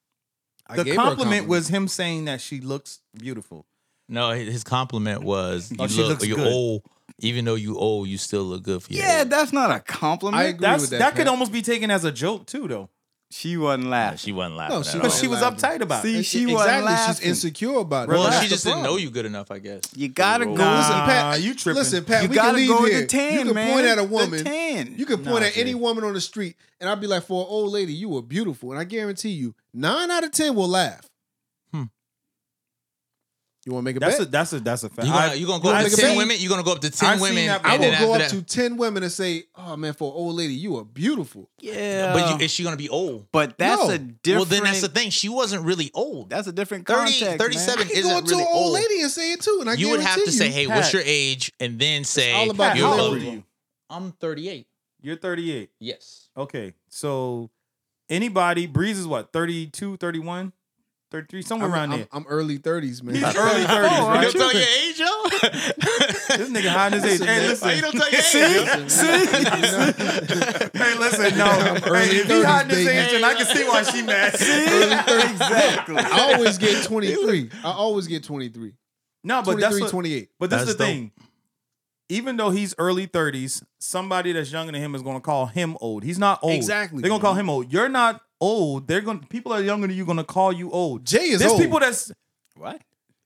I
looks. The
gave her a
compliment, was him saying that she looks beautiful.
No, hi- his compliment was you
Oh, she
look
looks
you
good.
old. Even though you old, you still look good for your
Yeah,
age.
that's not a compliment.
I agree
That's
with
that,
that.
could
Pat.
almost be taken as a joke too, though,
she wasn't
Nah,
laughing.
she wasn't laughing.
No,
at
she
all.
because she was
Laughing.
uptight about
See,
it.
she wasn't
exactly.
laughing.
She's insecure about it.
well,
That's
she
the
just didn't know
problem.
you good enough, I guess.
you gotta go.
No, listen,
Nah,
Pat.
you tripping.
Listen, Pat.
you
we
gotta
can leave
go
here.
to ten,
you can
man.
point at a
The
woman.
ten.
You can point
Nah,
at any
dude.
woman on the street, and I'd be like, for an old lady, you were beautiful, and I guarantee you, nine out of ten will laugh.
Hmm.
You want to make a
That's a
bet?
that's a that's a fact.
You gonna, you gonna go
I-
up
I've
to ten
seen-
women. You are gonna go up to 10
I've seen
women.
that
and
I
before.
will
then after
go up
that-
to ten women and say, "Oh man, for an old lady, you are beautiful."
Yeah,
uh,
But you, is she gonna be old?
But that's
No.
a different.
Well, then that's the thing. She wasn't really old.
That's a different
30,
context. man.
37
I can
Isn't
go up to
really
an old
old.
lady and say it too, and I
you would have to
guarantee
say,
you,
"Hey,
Pat,
what's your age?" and then say,
all about
Pat,
"You're
how
how
old
old
are
are
old."
you?
"I'm 38."
You're 38.
Yes.
Okay. So anybody, Breeze is what, 32, 31, 33, somewhere
I'm,
around
I'm-
there.
I'm early thirties, man.
He's early 30s,
You
right?
don't tell your age, yo.
This nigga hiding his age. Hey,
Why you
listen.
don't tell your age?
Hey, listen. No.
early
Hey, if he
30s,
hiding his
baby.
age, then I can see why she mad.
exactly.
I always get 23. I always get 23.
no, but that's
23,
what,
28.
But this is
That's
the
dope.
thing. Even though he's early 30s, somebody that's younger than him is going to call him old. He's not old.
Exactly.
They're going to call him old. You're not old. They're going to people that are younger than you going to call you old.
Jay is
There's
old.
people that's
What?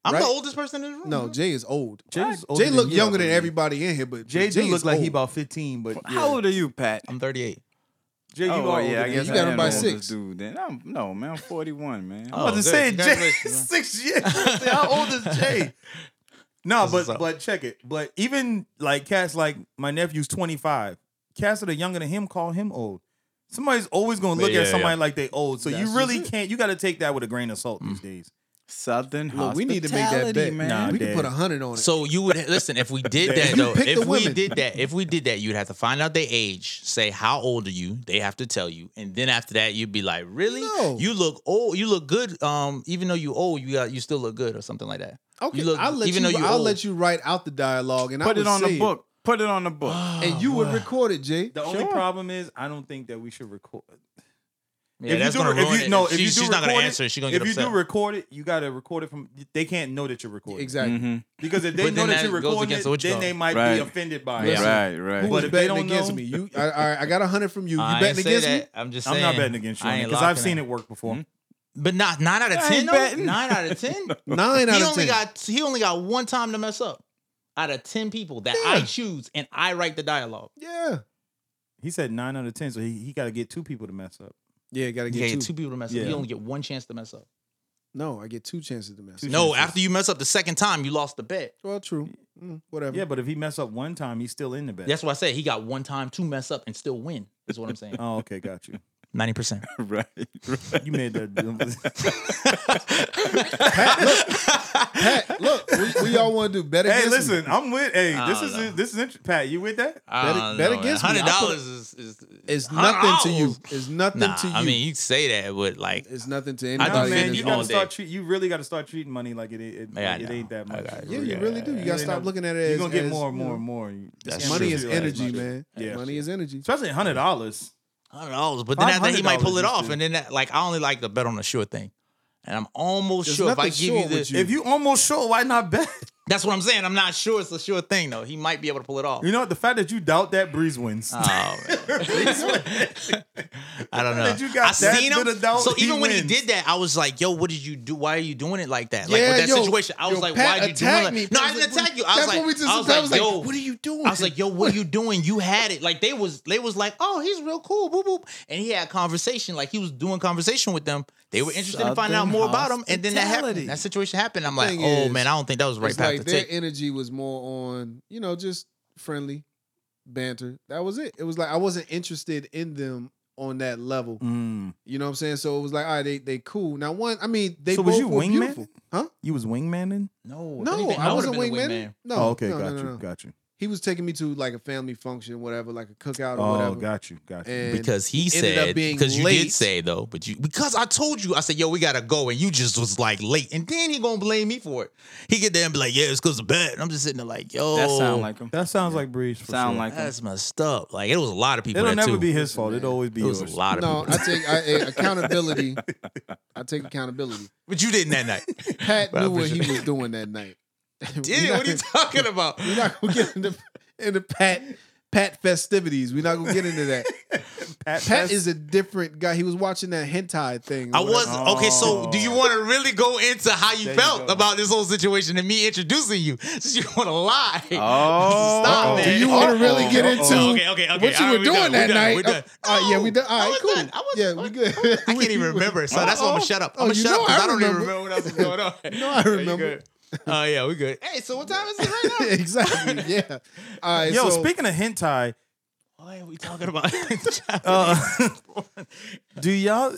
I'm
Right?
the oldest person in the room.
no, Jay is old.
Jay's older
Jay
than
look
you, I
younger than
believe.
everybody in here, but
Jay,
Jay
Jay
is
look like he
old.
about 15, but yeah.
How old are you, Pat?
I'm 38.
Jay, you
oh,
are
yeah, I
older
guess
you
than
got
I
him
am
by
the oldest
six.
Dude, then I'm, no, man, I'm 41, man.
I was
Oh,
to say
good.
Jay
Congratulations,
six years. How old is Jay? No,
This is
but
up.
but check it. But even like cats like my nephew's twenty five. Cats that are younger than him call him old. Somebody's always gonna look
Yeah,
at
yeah.
somebody like they old. So
That's
you really
just it.
can't. You got to take that with a grain of salt
Mm.
these days.
Southern
Look, we need to make that
hospitality,
bet.
man.
Nah,
we
Dad.
can put a hundred on it.
So you would listen if we did
Damn.
that
You
though.
pick the
If we
women.
did that, if we did that, you'd have to find out their age, say how old are you? They have to tell you, and then after that, you'd be like, really?
No.
You look old. You look good. Um, even though you old, you got you still look good or something like that.
okay,
you look-
I'll let
even
you.
though you
I'll
old.
let you write out the dialogue and I
Put
would
it Ah, on
say
the book. Put it on the book.
and you would record it, Jay.
Oh, The only
Sure.
problem is I don't think that we should record.
Yeah,
if
that's
you do,
gonna
if
ruin
you,
it.
No,
If
if
she-
you do
she's not gonna
record it-
answer. it, She's gonna
if
get
you
upset.
do record it, you got to record it from. They can't know that you're recording
Exactly.
Mhm.
because if they
But
know
then
that
that
you're
goes
recording
against
it,
what you
then
call
they
it.
might
Right.
be offended by it.
Listen,
Right,
Who
right.
But
was
if they
betting
don't
against
know-
me? You, I, I, I got a hundred from you. You
I ain't
betting
say
against
that.
me?
I'm just.
I'm
Saying,
not betting against you
I ain't
because I've
laughing
seen
at-
it work before.
Hmm? But not nine out of
I ain't
ten. though?
betting.
Nine out of ten.
Nine out
he
of ten.
only got he only got one time to mess up out of ten people that I choose and I write the dialogue.
yeah,
He said nine out of ten, so he, he got to get two people to mess up.
yeah. Got to
You
get two.
get two people to mess
Yeah.
up. You only get one chance to mess up.
No, I get two chances to mess.
Two
up.
No,
chances.
after you mess up the second time, you lost the bet.
Well, true. Mm, whatever.
Yeah, but if he mess up one time, he's still in the bet.
That's why I said he got one time to mess up and still win. Is what I'm saying.
Oh, okay, got you.
Ninety percent.
right, right.
You made that.
Pat, look, we, we all want to do better.
hey,
guess
listen, I'm with. Hey,
I
this
don't
is
know.
this is interesting. Pat, you with that?
Bet- bet against me. I
Hundred
put-
dollars is is
It's
$100.
nothing to you. It's nothing
Nah,
to you.
I mean you say that, but like
it's nothing to
I
anybody.
don't
Nah,
think
in
man,
it's
this
you
all
gotta
room.
day.
start treat. You really gotta start treating money like it. It,
Yeah, I
like it
know.
ain't that
I
much.
got it.
yeah, you really do. You gotta
really
stop
know.
looking at it.
You're
as-
gonna get
as,
more and
you know,
more and more. You-
That's
you
true.
Money
really
is
realize
energy,
much.
man.
Yeah.
money is energy.
Especially hundred dollars.
hundred dollars. But then after he might pull it
$500
off, and then that, like I only like to bet on the sure thing, and I'm almost
There's
sure if I
nothing
give
sure
you
with
this,
you.
If you almost sure, why not bet?
that's what I'm saying. I'm not sure it's a sure thing though. He might be able to pull it off.
You know what? The fact that you doubt that Breeze wins.
Oh, man. I don't know.
that you got
I
that
seen him.
bit of doubt,
so
he
even when he
wins.
did that, I was like, "Yo, what did you do? Why are you doing it like that? Like
yeah,
with that
yo,
situation, I was
yo,
like,
Pat
why are you doing
attacked
it? Like,
me.
No, I
That's
didn't
what-
attack you. I was
that's
like,
what we just-
I was
I
like,
was like,
yo,
what are you doing?
I was like, yo, what are you doing? You had it. Like they was they was like, oh, he's real cool, boop boop, and he had conversation. Like he was doing conversation with them. They were interested in finding out
Southern
more about him, and then that
hospitality.
happened. That situation happened. I'm like,
thing
oh
is,
man, I don't think that was the right
it's
path
like
to
their
take.
energy was more on you know just friendly banter. That was it. It was like I wasn't interested in them on that level.
Mm.
You know what I'm saying? So it was like, all right, they they cool. Now one, I mean, they
So
both
was you
were
wingman?
beautiful, huh?
You was wingmanning?
No, if
No,
anything,
I
would've
wasn't
been a
wingman. No,
oh, okay,
no,
got
no, no,
you,
no.
got you.
He was taking me to like a family function, whatever, like a cookout or
Oh,
whatever.
got you, got you.
And-
because he
it ended up
said
being
because you
late.
did say though, but you because I told you I said yo we gotta go and you just was like late and then he gonna blame me for it. He get there and be like yeah it's cause of bad. And I'm just sitting there like yo
That sound like him.
that sounds like Breeze. For
Sound
sure.
like him.
that's messed up. Like it was a lot of people.
it'll
that
never
too.
be his fault. It'll always be
It was
yours.
a lot of
no,
people.
I take I, I- accountability. I take accountability.
But you didn't that night.
Pat
But I
knew what he
appreciate
was doing that night.
Did it? What are you talking about?
We're not gonna get into into Pat Pat festivities. We're not gonna get into that.
Pat,
Pat is a different guy. He was watching that hentai thing.
I
or whatever.
was okay. So, do you want to really go into how you
There you
felt
go.
about this whole situation and me introducing you? Since you want to lie,
Oh.
stop
Do
man.
you want to really get
Uh-oh.
into
oh, Okay, okay, okay.
what you were
All right, we
doing
done, we
that
done,
night?
we done.
Oh, all right, yeah, we done.
I
All right,
was
cool.
done. I was-
yeah, we good.
I can't even remember, so that's why I'm gonna shut up. I'm
Oh,
gonna
you
shut
know
up because
I
I don't even
remember.
remember what else was going on.
No, I remember.
Oh yeah, we good. Hey, so what time is it right now?
exactly. Yeah. All right.
Yo,
so,
speaking of hentai,
Why are we talking about?
Uh, do y'all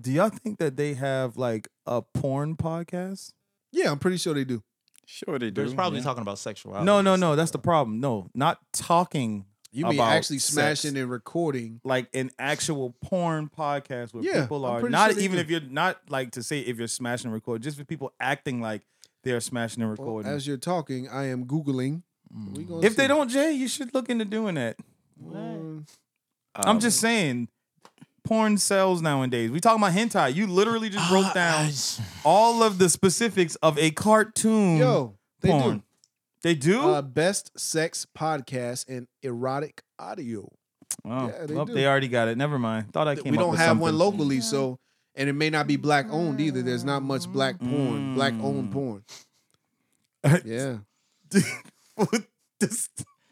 do y'all think that they have like a porn podcast?
Yeah, I'm pretty sure they do.
Sure they do.
There's probably
yeah.
talking about sexuality.
No, no, no. That's the problem. No, not talking.
You mean
about
actually
sex.
smashing and recording?
like an actual porn podcast where
Yeah,
people
I'm
are
pretty
not
sure they
even
do.
if you're not like to say if you're smashing and record, just for people acting like they're smashing and
Well,
recording.
as you're talking, I am googling. We
Mm.
gonna
if they
see.
don't, Jay, you should look into doing that.
Um,
Um,
I'm just saying, porn sells nowadays. We talking about hentai. You literally just
Ah,
broke down all of the specifics of a cartoon
yo, they
porn.
do.
They do.
Uh, best sex podcast and erotic audio.
oh,
yeah, they
well,
do.
they already got it. Never mind. Thought I came.
we
up
don't
with
have
something.
one locally, so and it may not be black owned either. There's not much black
Mm.
porn, black owned porn. yeah.
This-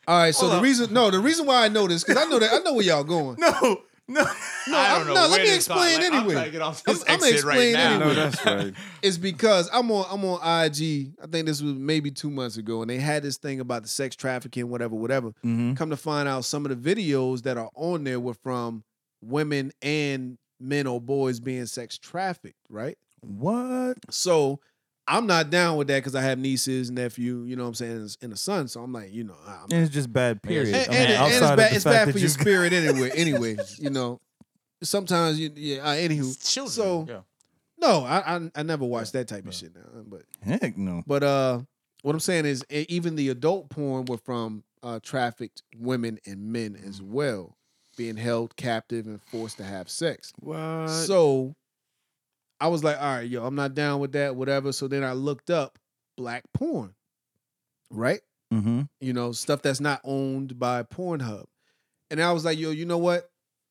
All right. So
Hold
the
up.
reason no, the reason why I know this because I know that I know where y'all going.
no, no.
No,
I
I'm-
don't know.
no,
where
let me
this started.
explain
Like, I'm
anyway.
trying to get off
I'm-
this
I'm gonna
exit right
explain
now.
anyway.
No, that's right.
It's because I'm on I'm on IG. I think this was maybe two months ago, and they had this thing about the sex trafficking, whatever, whatever.
Mm-hmm.
Come to find out, some of the videos that are on there were from women and men or boys being sex trafficked, right?
What?
So I'm not down with that because I have nieces, nephew, you know what I'm saying, and- and a son. So I'm like, you know, I'm,
And it's just bad. Period.
and,
Yeah, it's-
I
and-
mean,
and it's
outside of
bad.
the
It's
fact
bad
that
for
you-
your spirit anyway. Anyway, you know, sometimes you, yeah. Uh, anywho,
It's children.
So-
yeah.
no, I I, I never watched that type of shit now. But
Heck no.
but uh, what I'm saying is, e- even the adult porn were from uh, trafficked women and men as well, being held captive and forced to have sex.
What?
So I was like, all right, yo, I'm not down with that, whatever. So then I looked up black porn, right?
Mm-hmm.
You know, stuff that's not owned by Pornhub. And I was like, yo, you know what?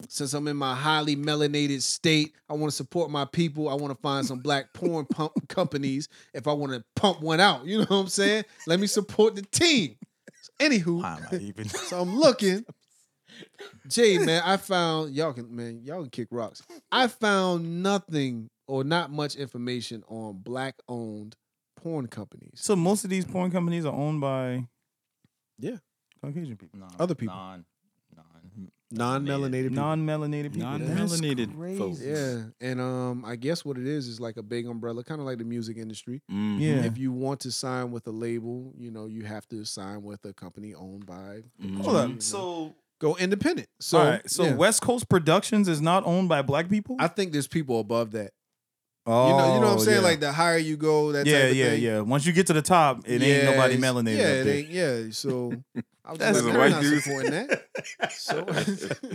Since I'm in my highly melanated state, I want to support my people. I want to find some black porn pump companies if I want to pump one out. You know what I'm saying? Let me support the team. Anywho,
Why am I even?
so I'm looking. Jay, man, I found y'all can man, y'all can kick rocks. I found nothing or not much information on black owned porn companies.
So most of these porn companies are owned by
Yeah.
Caucasian people.
Non-
Other people.
Non, non,
non-melanated people.
non-melanated people.
Non-melanated folks.
yeah, and um, I guess what it is is like a big umbrella, kind of like the music industry.
Mhm.
Yeah.
If you want to sign with a label, you know you have to sign with a company owned by.
Mhm.
Hold
you know,
up. So,
go independent. So,
so, all right, so
yeah.
West Coast Productions is not owned by black people.
I think there's people above that.
oh,
you know, you know what I'm saying?
yeah.
Like the higher you go, that
yeah,
type of
yeah,
thing.
yeah. Once you get to the top, it ain't
Yeah,
nobody
it's-
melanated.
Yeah,
up
it
there.
ain't, yeah. So I was
That's
just like,
a
I'm
white
not
dude.
supporting that. So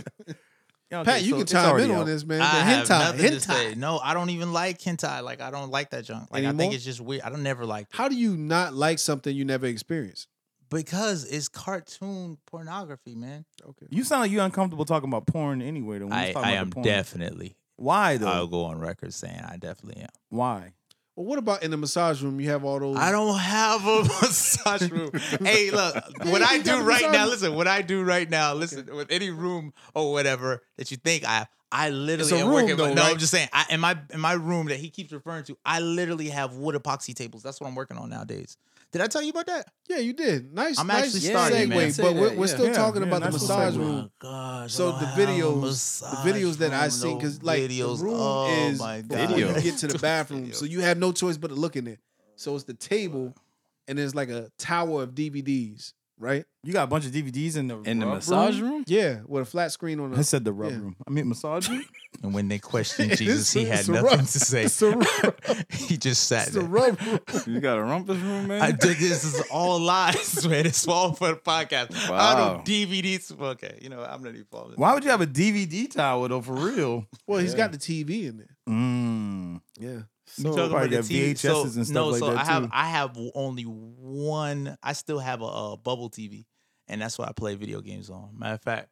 Yeah, okay,
Pat, you
so
can
it's
chime
already
in
out.
on this, man.
I have
The hentai,
nothing to say.
hentai.
No, I don't even like hentai. Like I don't like that junk. Like I
Anymore?
think it's just weird. I don't never like
How do you not like something you never experienced?
because it's cartoon pornography, man.
Okay.
You sound like you uncomfortable talking about porn anyway. Though, when we was
I,
talking
I
about
am
the porn.
definitely.
Why
Uh,
though?
I'll go on record saying I definitely am.
Why?
Well, what about in the massage room? You have all those.
I don't have a massage room. hey, look, what
you
I
got
do
the
right
massage
now,
room.
listen, what I do right now, listen, with any room or whatever that you think I have, I
It's
literally
a
am
room,
working.
though,
no,
right?
I'm just saying, I, in my in my room that he keeps referring to, I literally have wood epoxy tables. That's what I'm working on nowadays. Did I tell you about that?
Yeah, you did. Nice.
I'm
nice
actually
segue,
starting, man.
Say
but we're,
that,
we're
yeah.
still
Yeah,
talking
yeah,
about the
nice little
massage
segue.
room.
gosh!
So the videos, the videos that I seen, because like the room
Oh
is before
Video.
you get to the bathroom, so you have no choice but to look in it. So it's the table, and there's like a tower of DVDs, right?
You got a bunch of DVDs in the
In the
rub
massage
room.
room?
Yeah, with a flat screen on
I
the.
said the rub
Yeah.
room. I mean massage room.
And when they questioned
It's-
Jesus, he had
it's a
nothing
rough-
to say.
it's a rough-
he just sat
It's the
there.
rub room.
You got a rumpus room, man?
I did this is all lies, man. It's all for the podcast. I
Wow.
don't DVDs. Okay, you know I'm not even following.
Why would you have a DVD tower though? For real?
Well, he's got the TV in there.
Mm.
Yeah.
So
You talking
probably
about the
got
TV?
VHSs
So,
and stuff
no,
like
so
that
I have
too.
I have only one. I still have a, uh bubble TV, and that's what I play video games on. Matter of fact,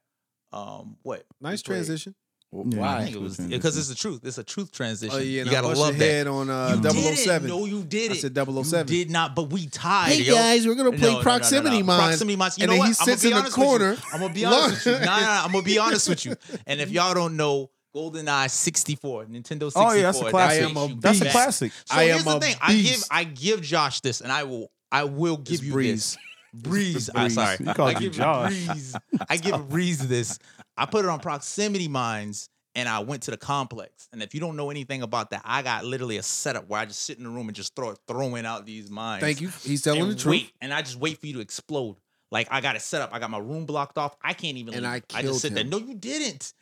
um, what?
Nice
we played-
transition.
Yeah.
I think it was because it's the truth. It's a truth transition.
Oh yeah,
you
and I
gotta
bust
love
your
that.
head on uh,
You didn't.
007.
No, you did
I
it.
said
You
007.
did not, but we tied.
Hey
yo.
guys, we're gonna play
No, no, no, no,
proximity
no.
mines.
Proximity mines. You
and
know
then
what?
he sits in the corner.
I'm gonna be honest with you.
Look.
Nah, nah, nah, I'm gonna be honest with you. And if y'all don't know, GoldenEye 64, Nintendo 64.
Oh, yeah, that's a
that
classic.
takes
I am a
you
That's a
back.
classic.
So
I
here's
am
the
a
thing. I give
beast.
I give Josh this, and I will I will give
It's
you
breeze.
this. Breeze. I'm
breeze.
sorry.
He called
I
you
give
Josh.
Breeze. I give Breeze this. I put it on proximity mines and I went to the complex. And if you don't know anything about that, I got literally a setup where I just sit in the room and just throw throwing out these mines.
Thank you. He's telling
and
the truth.
Wait, and I just wait for you to explode. Like I got it set up. I got my room blocked off. I can't even.
And
leave.
I killed
just sit there.
him.
No, you didn't.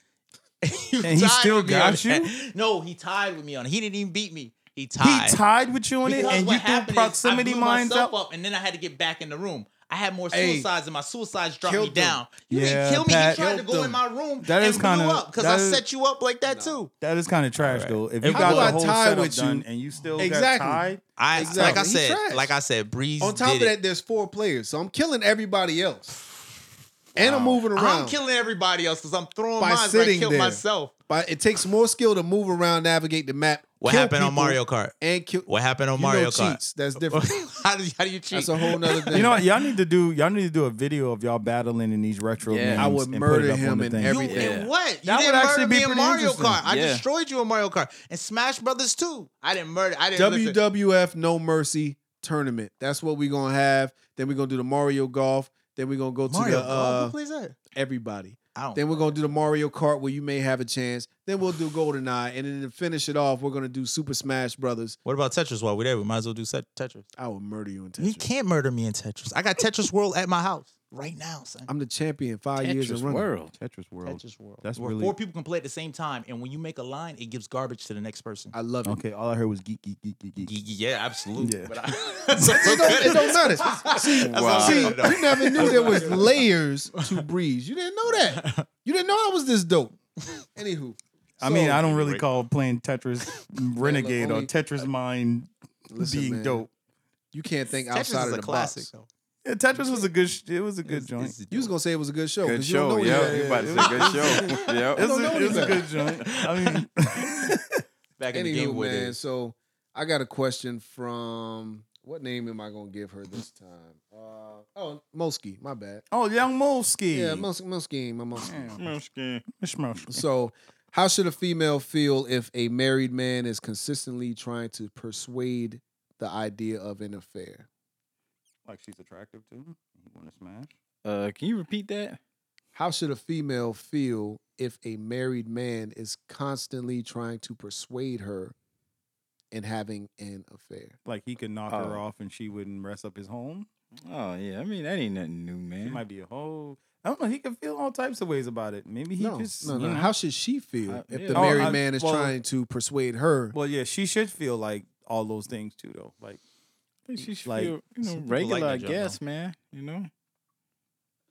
You
And he
tied
still
with me on
got you?
that. No, he tied with me on it. He didn't even beat me. He
He
tied.
tied with you on it,
Because
and
what
you
happened
threw
is
proximity
I blew
mines
myself
out.
up, and then I had to get back in the room. I had more
Hey,
suicides, and my suicides dropped me
killed them.
down. You
Yeah,
didn't kill me.
Pat,
he tried to
killed
go
them.
in my room
That
and
is
blew
kinda-
up because
that
I
is-
set you up like that too.
That is kind of trash,
Alright.
though. If
If
you got
I
the
got
whole
tied
setup
with you-
done and you still
Exactly.
got tied,
I like I
Exactly. He
said,
trash.
like I said, Breeze.
On top
did
of
it.
that, there's four players, so I'm killing everybody else, and I'm moving around.
I'm killing everybody else because I'm throwing
By
mines. but I
sitting
killed
there.
myself.
But it takes more skill to move around, navigate the map.
What
kill
happened on
people,
Mario Kart?
And kill
What happened on
you
Mario
know
Kart?
cheats. That's different.
how do you, how do you cheat?
That's a whole nother thing.
you know what? Y'all need to do. Y'all need to do a video of y'all battling in these retro
Yeah.
games.
I
would
and put
murder
it up on
him
the
in
thing.
every-
You,
Yeah.
and what? You
That would
didn't
actually
murder
be
me in
pretty
Mario
interesting.
Kart. I
Yeah.
destroyed you in Mario Kart. And Smash Brothers too. I didn't murder. I didn't listen.
WWF No Mercy tournament. That's what we're gonna have. Then we're gonna do the Mario Golf. Then we're gonna go
Mario
to the
Kart. Who
uh,
plays that?
everybody.
I don't.
Then we're gonna do the Mario Kart where you may have a chance. Then we'll do GoldenEye, and then to finish it off, we're gonna do Super Smash Brothers.
what about Tetris? While we're there, we might as well do set Tetris.
I will murder you in Tetris.
You can't murder me in Tetris. I got Tetris World at my house right now, son.
I'm the champion five years in
Tetris
running.
World.
Tetris World.
Tetris World.
That's
where
really-
four people can play at the same time, and when you make a line, it gives garbage to the next person.
I love it.
Okay, all I heard was geek, geek, geek, geek, geek.
Yeah, absolutely.
Yeah.
But I, that's what
It don't, it don't matter. See,
Wow.
see, you never knew there was layers to Breeze. You didn't know that. You didn't know I was this dope. Anywho,
I mean,
So-
I don't really call playing Tetris Renegade or
only-
Tetris Mind
Listen,
being
man,
dope.
You can't think
Tetris
outside
is
of
a
the
classic,
box.
though.
Yeah, Tetris was a good. Sh- it was a good joint.
It's-
You was gonna say it was a good show.
Good
'cause you don't
show.
know
Yeah,
anything.
you about to say good show.
It
Yep.
was,
don't
a,
know
it was a
any
good joint. I mean,
back in the game
Anywho,
with
man.
it.
So I got a question from what name am I gonna give her this time? Uh, oh, Moski. My bad.
oh, Young Molsky.
Yeah, Mos- Moski. My Moski.
Moski.
So, how should a female feel if a married man is consistently trying to persuade the idea of an affair?
Like she's attractive too. You want to smash?
Uh, can you repeat that?
How should a female feel if a married man is constantly trying to persuade her and having an affair?
Like he could knock her
Oh.
off and she wouldn't mess up his home.
Oh yeah, I mean that ain't nothing new,
She
man.
might be a whole. I don't know. He could feel all types of ways about it. Maybe he
no,
just
no,
you
no.
know.
How should she feel
Uh,
if
yeah.
the
Oh,
married
I-
man is
well-
trying to persuade her?
Well, yeah, she should feel like all those things too, though. Like
I think she should
Like,
feel,
some
you know,
people like
regular,
that
I
job, though.
guess, man. You know,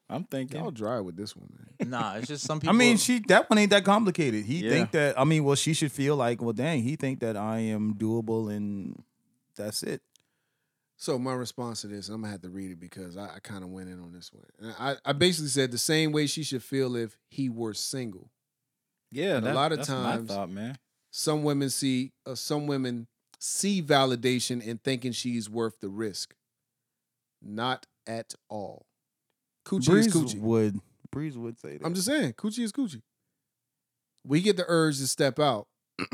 I'm thinking.
Y'all dry with this one, man.
Nah, it's just some people.
I mean, she that one ain't that complicated. He
Yeah.
think that I mean, well, she should feel like, well, dang, he think that I am doable and that's it.
So my response to this, I'm gonna have to read it because I, I kind of went in on this one. And I, I basically said the same way she should feel if he were single.
yeah,
a
that-
lot of
that's
times-
my thought, man.
Some women see, uh, some women see validation in thinking she's worth the risk. Not at all. Coochie is coochie.
would Breeze would say that.
I'm just saying, coochie is coochie. We get the urge to step out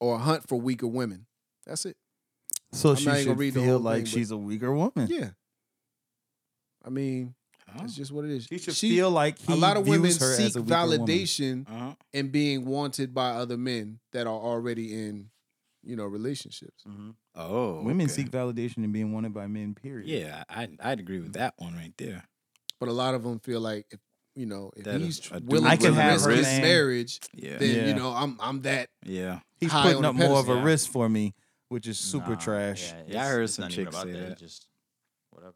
or hunt for weaker women. That's it.
so
I'm
she
not even
should
gonna read the
feel
whole
like
thing, but-
she's a weaker woman.
Yeah. I mean,
Oh,
that's just what it is.
She should
She-
feel like he
a lot of
views
women
her
seek
as a weaker Woman.
validation
uh-huh.
in being wanted by other men that are already in, you know, relationships.
Oh,
Women
okay.
seek validation in being wanted by men. Period.
Yeah, I I'd agree with that one right there.
But a lot of them feel like, if, you know, if
That
he's
is a
willing
I
to
can have
risk
her
his
man.
marriage,
Yeah,
then
Yeah.
you know, I'm I'm that.
yeah.
he's
high
putting
on
up
the
more of a
pedestal.
risk for me, which is super trash.
Yeah, I heard some
nothing even
chicks
about
say that.
It's Just whatever.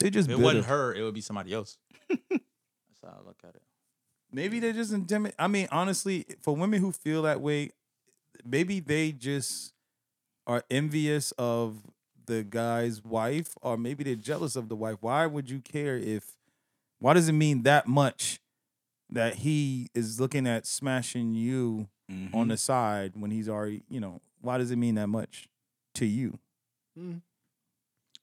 They just
If it
bitter.
wasn't her, it would be somebody else. That's how I look at it.
Maybe they just intimidated. I mean, honestly, for women who feel that way, maybe they just are envious of the guy's wife, or maybe they're jealous of the wife. Why would you care if? Why does it mean that much that he is looking at smashing you on
Mhm.
the side when he's already, you know? Why does it mean that much to you?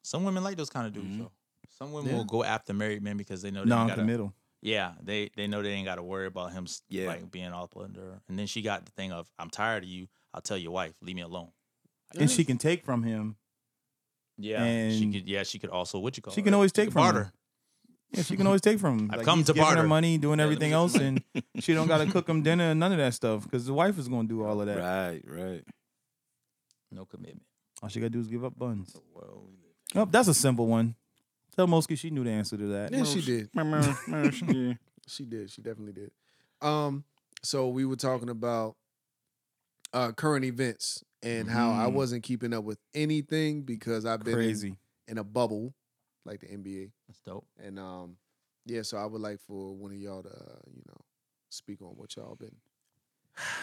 Some women like those kind of dudes
Mhm.
though. Some women
Yeah.
will go after married men because they know they ain't gotta,
Non-committal.
yeah they they know they ain't got to worry about him s-
Yeah.
like being all up under her. And then she got the thing of I'm tired of you. I'll tell your wife. Leave me alone.
And she can take from him.
Yeah, she
And-
could. Yeah, she could also. What you call?
She can
it?
always take from
barter.
him. Yeah, she can always take from him.
I've come
he's
to
giving her
barter.
money, doing
Yeah, let me
everything
get
else,
some
and she don't gotta cook him dinner and none of that stuff because the wife is gonna do all of that.
Right, right.
No commitment.
All she gotta do is give up buns.
The world we live in.
Nope, that's a simple one. Tell Mosky she knew the answer to that.
Yeah, she did.
yeah.
She did. She definitely did. Um, so we were talking about uh current events and how I
Mhm.
wasn't keeping up with anything because I've been in,
Crazy.
in a bubble like the NBA.
That's dope.
And um, yeah, so I would like for one of y'all to, uh, you know, speak on what y'all been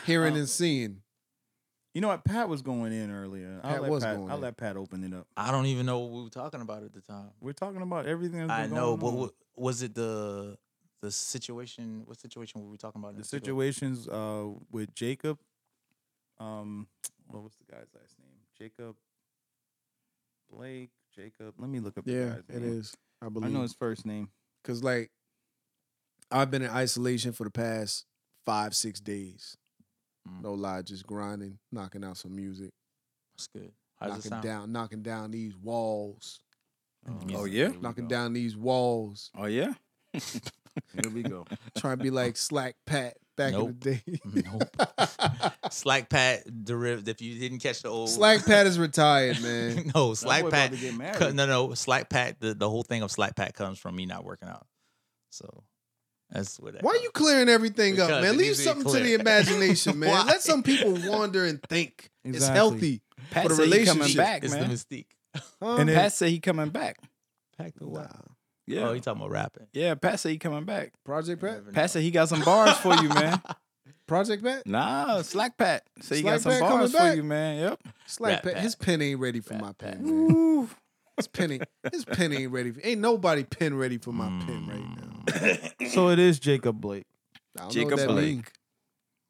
hearing
Um,
and seeing.
You know what? Pat was going in earlier. I'll,
Pat
let,
was
Pat,
going
I'll
in.
let Pat open it up.
I don't even know what we were talking about at the time.
We're talking about everything. That's
I
been
know,
going
but
on.
what, was it the the situation? What situation were we talking about? in
the
particular?
situations uh, with Jacob. Um, what was the guy's last name? Jacob Blake. Jacob. Let me look up.
Yeah,
the guy's
it
name.
is. I
I
believe
know his first name.
because like I've been in isolation for the past five, six days.
Mm.
No lie, just grinding, knocking out some music,
That's good. How does
knocking
it sound?
down, knocking down these walls,
Oh, yeah?
knocking down these walls.
Oh yeah.
Here we go.
Trying to be like Slack Pat back
Nope. Mm-hmm.
in the day.
Nope. Mm-hmm. Slack Pat deriv. If you didn't catch the old
Slack Pat is retired, man.
no, Slack Pat.
Get married.
co- No, no, Slack Pat. The, the whole thing of Slack Pat comes from me not working out. So that's what. that
Why
comes
you clearing everything up,
Because
man?
it
Leave
needs to be
something to the
clear.
imagination, man.
Why?
Let some people wander and think. It's
Exactly.
healthy.
Pat
the
said he coming
relationship.
back,
It's
man.
the mystique.
Huh?
And then-
Pat said he coming back.
Pack the
Nah.
what?
Yeah.
Oh, you talking about rapping?
yeah, Pat said he coming back.
Project Pat?
Pat said he got some bars for you, man.
Project Pat?
Nah, Slack Pat. So you
Slack
got some
Pat
bars
coming
for you,
back.
man. Yep.
Slack
Rat
Pat.
Pat.
His pen ain't ready for my
Pat.
pen. man. His pen ain't, his pen ain't ready. For, ain't nobody pen ready for my pen right now.
So it is Jacob Blake.
I don't
Jacob
know what that
Blake.
mean.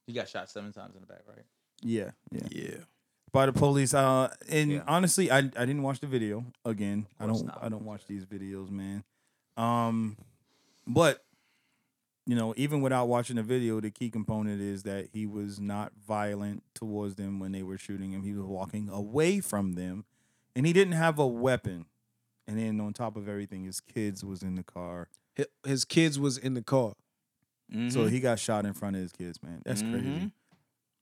You got shot seven times in the back, right?
Yeah. Yeah.
Yeah.
By the police. Uh, and
Yeah.
honestly, I I didn't watch the video again. I
course
don't
not.
I don't watch these videos, man. Um, but you know, even without watching the video, the key component is that he was not violent towards them when they were shooting him. He was walking away from them, and he didn't have a weapon. And then on top of everything, his kids was in the car.
hi- his kids was in the car.
Mm-hmm.
So he got shot in front of his kids, man. That's crazy.
Mhm.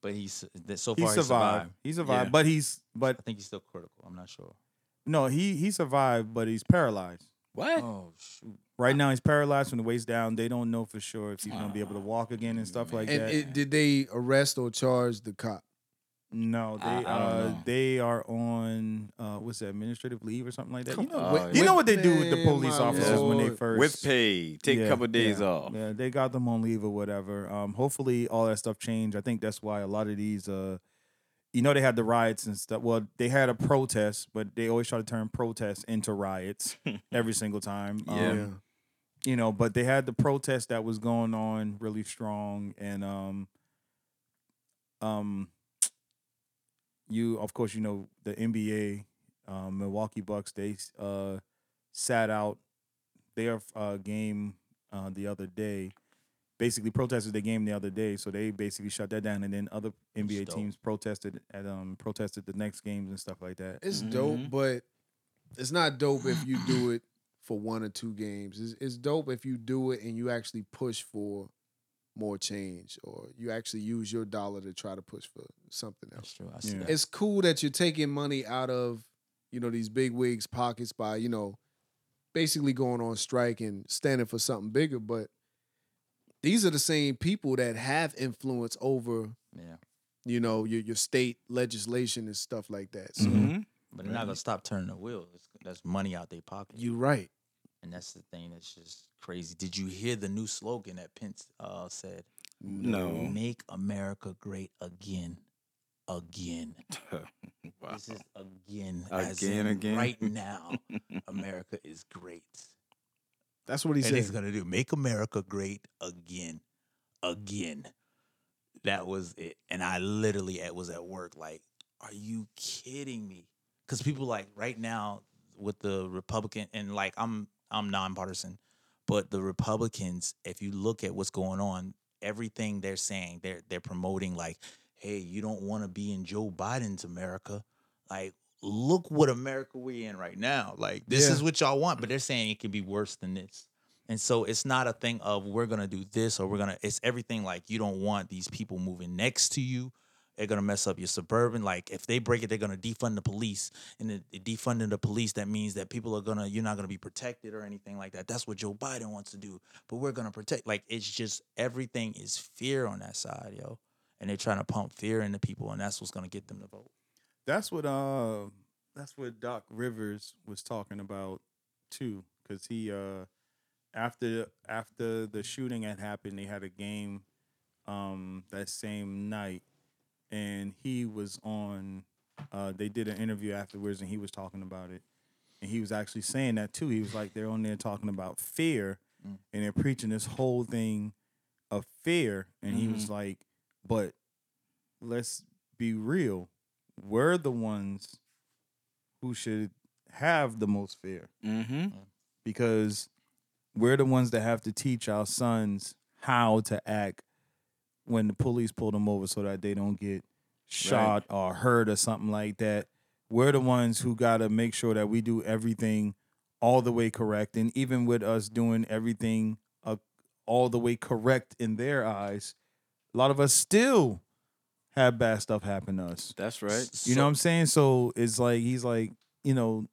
But he's that- so
He
far he survived.
survived. He survived,
Yeah.
but he's but
I think he's still critical. I'm not sure.
no, he he survived, but he's paralyzed.
what?
Oh shoot!
Right now, he's paralyzed from the waist down. They don't know for sure if he's gonna be able to walk again and stuff like
And
that.
it, did they arrest or charge the cop?
no, they
I- I don't
uh,
know.
they are on uh, what's that administrative leave or something like that. You know,
on.
Wh-
you know
wh-
what they do with the
man,
police
my
officers when they
lord.
first
With pay, take
Yeah,
a couple days
yeah,
off.
Yeah, they got them on leave or whatever. Um, hopefully all that stuff changed. I think that's why a lot of these, uh, you know, they had the riots and stuff. Well, they had a protest, but they always try to turn protests into riots every single time. Um,
Yeah.
you know, but they had the protest that was going on really strong, and um, um, you of course you know the NBA, um, Milwaukee Bucks. They uh sat out their uh, game uh, the other day. Basically, protested the game the other day, so they basically shut that down, and then other NBA
dope.
teams protested at um protested the next games and stuff like that.
It's dope,
Mhm.
but it's not dope if you do it for one or two games. It's, it's dope if you do it and you actually push for more change or you actually use your dollar to try to push for something else.
That's true. I see
Yeah.
that.
It's cool that you're taking money out of, you know, these big wigs' pockets by, you know, basically going on strike and standing for something bigger, but these are the same people that have influence over,
Yeah,
you know, your your state legislation and stuff like that. So
Mhm.
but they're not gonna stop turning the wheel. It's, that's money out their pocket.
you're right.
and that's the thing that's just crazy. Did you hear the new slogan that Pence uh, said?
No.
Make America great again, again.
Wow.
This is again, as in
Again, again.
Right now, America is great.
That's what he
and he's
said.
gonna do make America great again, again. That was it, and I literally at, was at work like, "Are you kidding me?" Because people like right now with the Republican and like I'm I'm nonpartisan, but the Republicans, if you look at what's going on, everything they're saying, they're they're promoting like, "Hey, you don't want to be in Joe Biden's America," like. Look what America we in right now. Like this
Yeah.
is what y'all want, but they're saying it can be worse than this. And so it's not a thing of we're gonna do this or we're gonna. It's everything like you don't want these people moving next to you. They're gonna mess up your suburban. Like if they break it, they're gonna defund the police. And the- the defunding the police that means that people are gonna you're not gonna be protected or anything like that. That's what Joe Biden wants to do. But we're gonna protect. Like it's just everything is fear on that side, yo. And they're trying to pump fear into people, and that's what's gonna get them to vote.
That's what uh that's what Doc Rivers was talking about too cuz he uh after after the shooting had happened they had a game um that same night and he was on uh they did an interview afterwards and he was talking about it and he was actually saying that too he was like they're on there talking about fear and they're preaching this whole thing of fear and he was like but let's be real we're the ones who should have the most fear
Mm-hmm.
because we're the ones that have to teach our sons how to act when the police pull them over so that they don't get shot or hurt or something like that. We're the ones who got to make sure that we do everything all the way correct. And even with us doing everything uh, all the way correct in their eyes, a lot of us still have bad stuff happen to us.
That's right.
S-
You know
so-
what I'm saying? So it's like he's like, you know,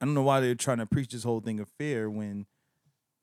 I don't know why they're trying to preach this whole thing of fear when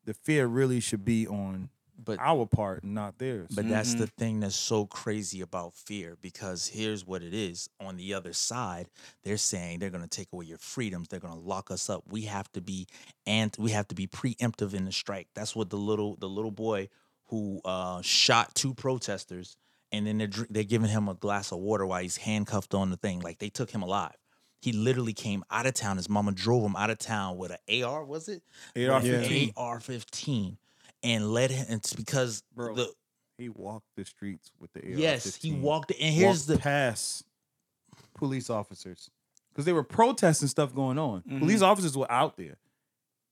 the fear really should be on
But
our part and not theirs.
But that's the thing that's so crazy about fear because here's what it is. On the other side, they're saying they're going to take away your freedoms. They're going to lock us up. We have to be and we have to be preemptive in the strike. That's what the little the little boy who uh, shot two protesters and then they're dr- they're giving him a glass of water while he's handcuffed on the thing. Like they took him alive. He literally came out of town. His mama drove him out of town with an AR. Was it?
AR-15.
AR fifteen, and led him. It's because
Bro,
the
he walked the streets with the AR.
Yes, he walked. And here's the
past police officers because they were protesting stuff going on.
Mm-hmm.
Police officers were out there.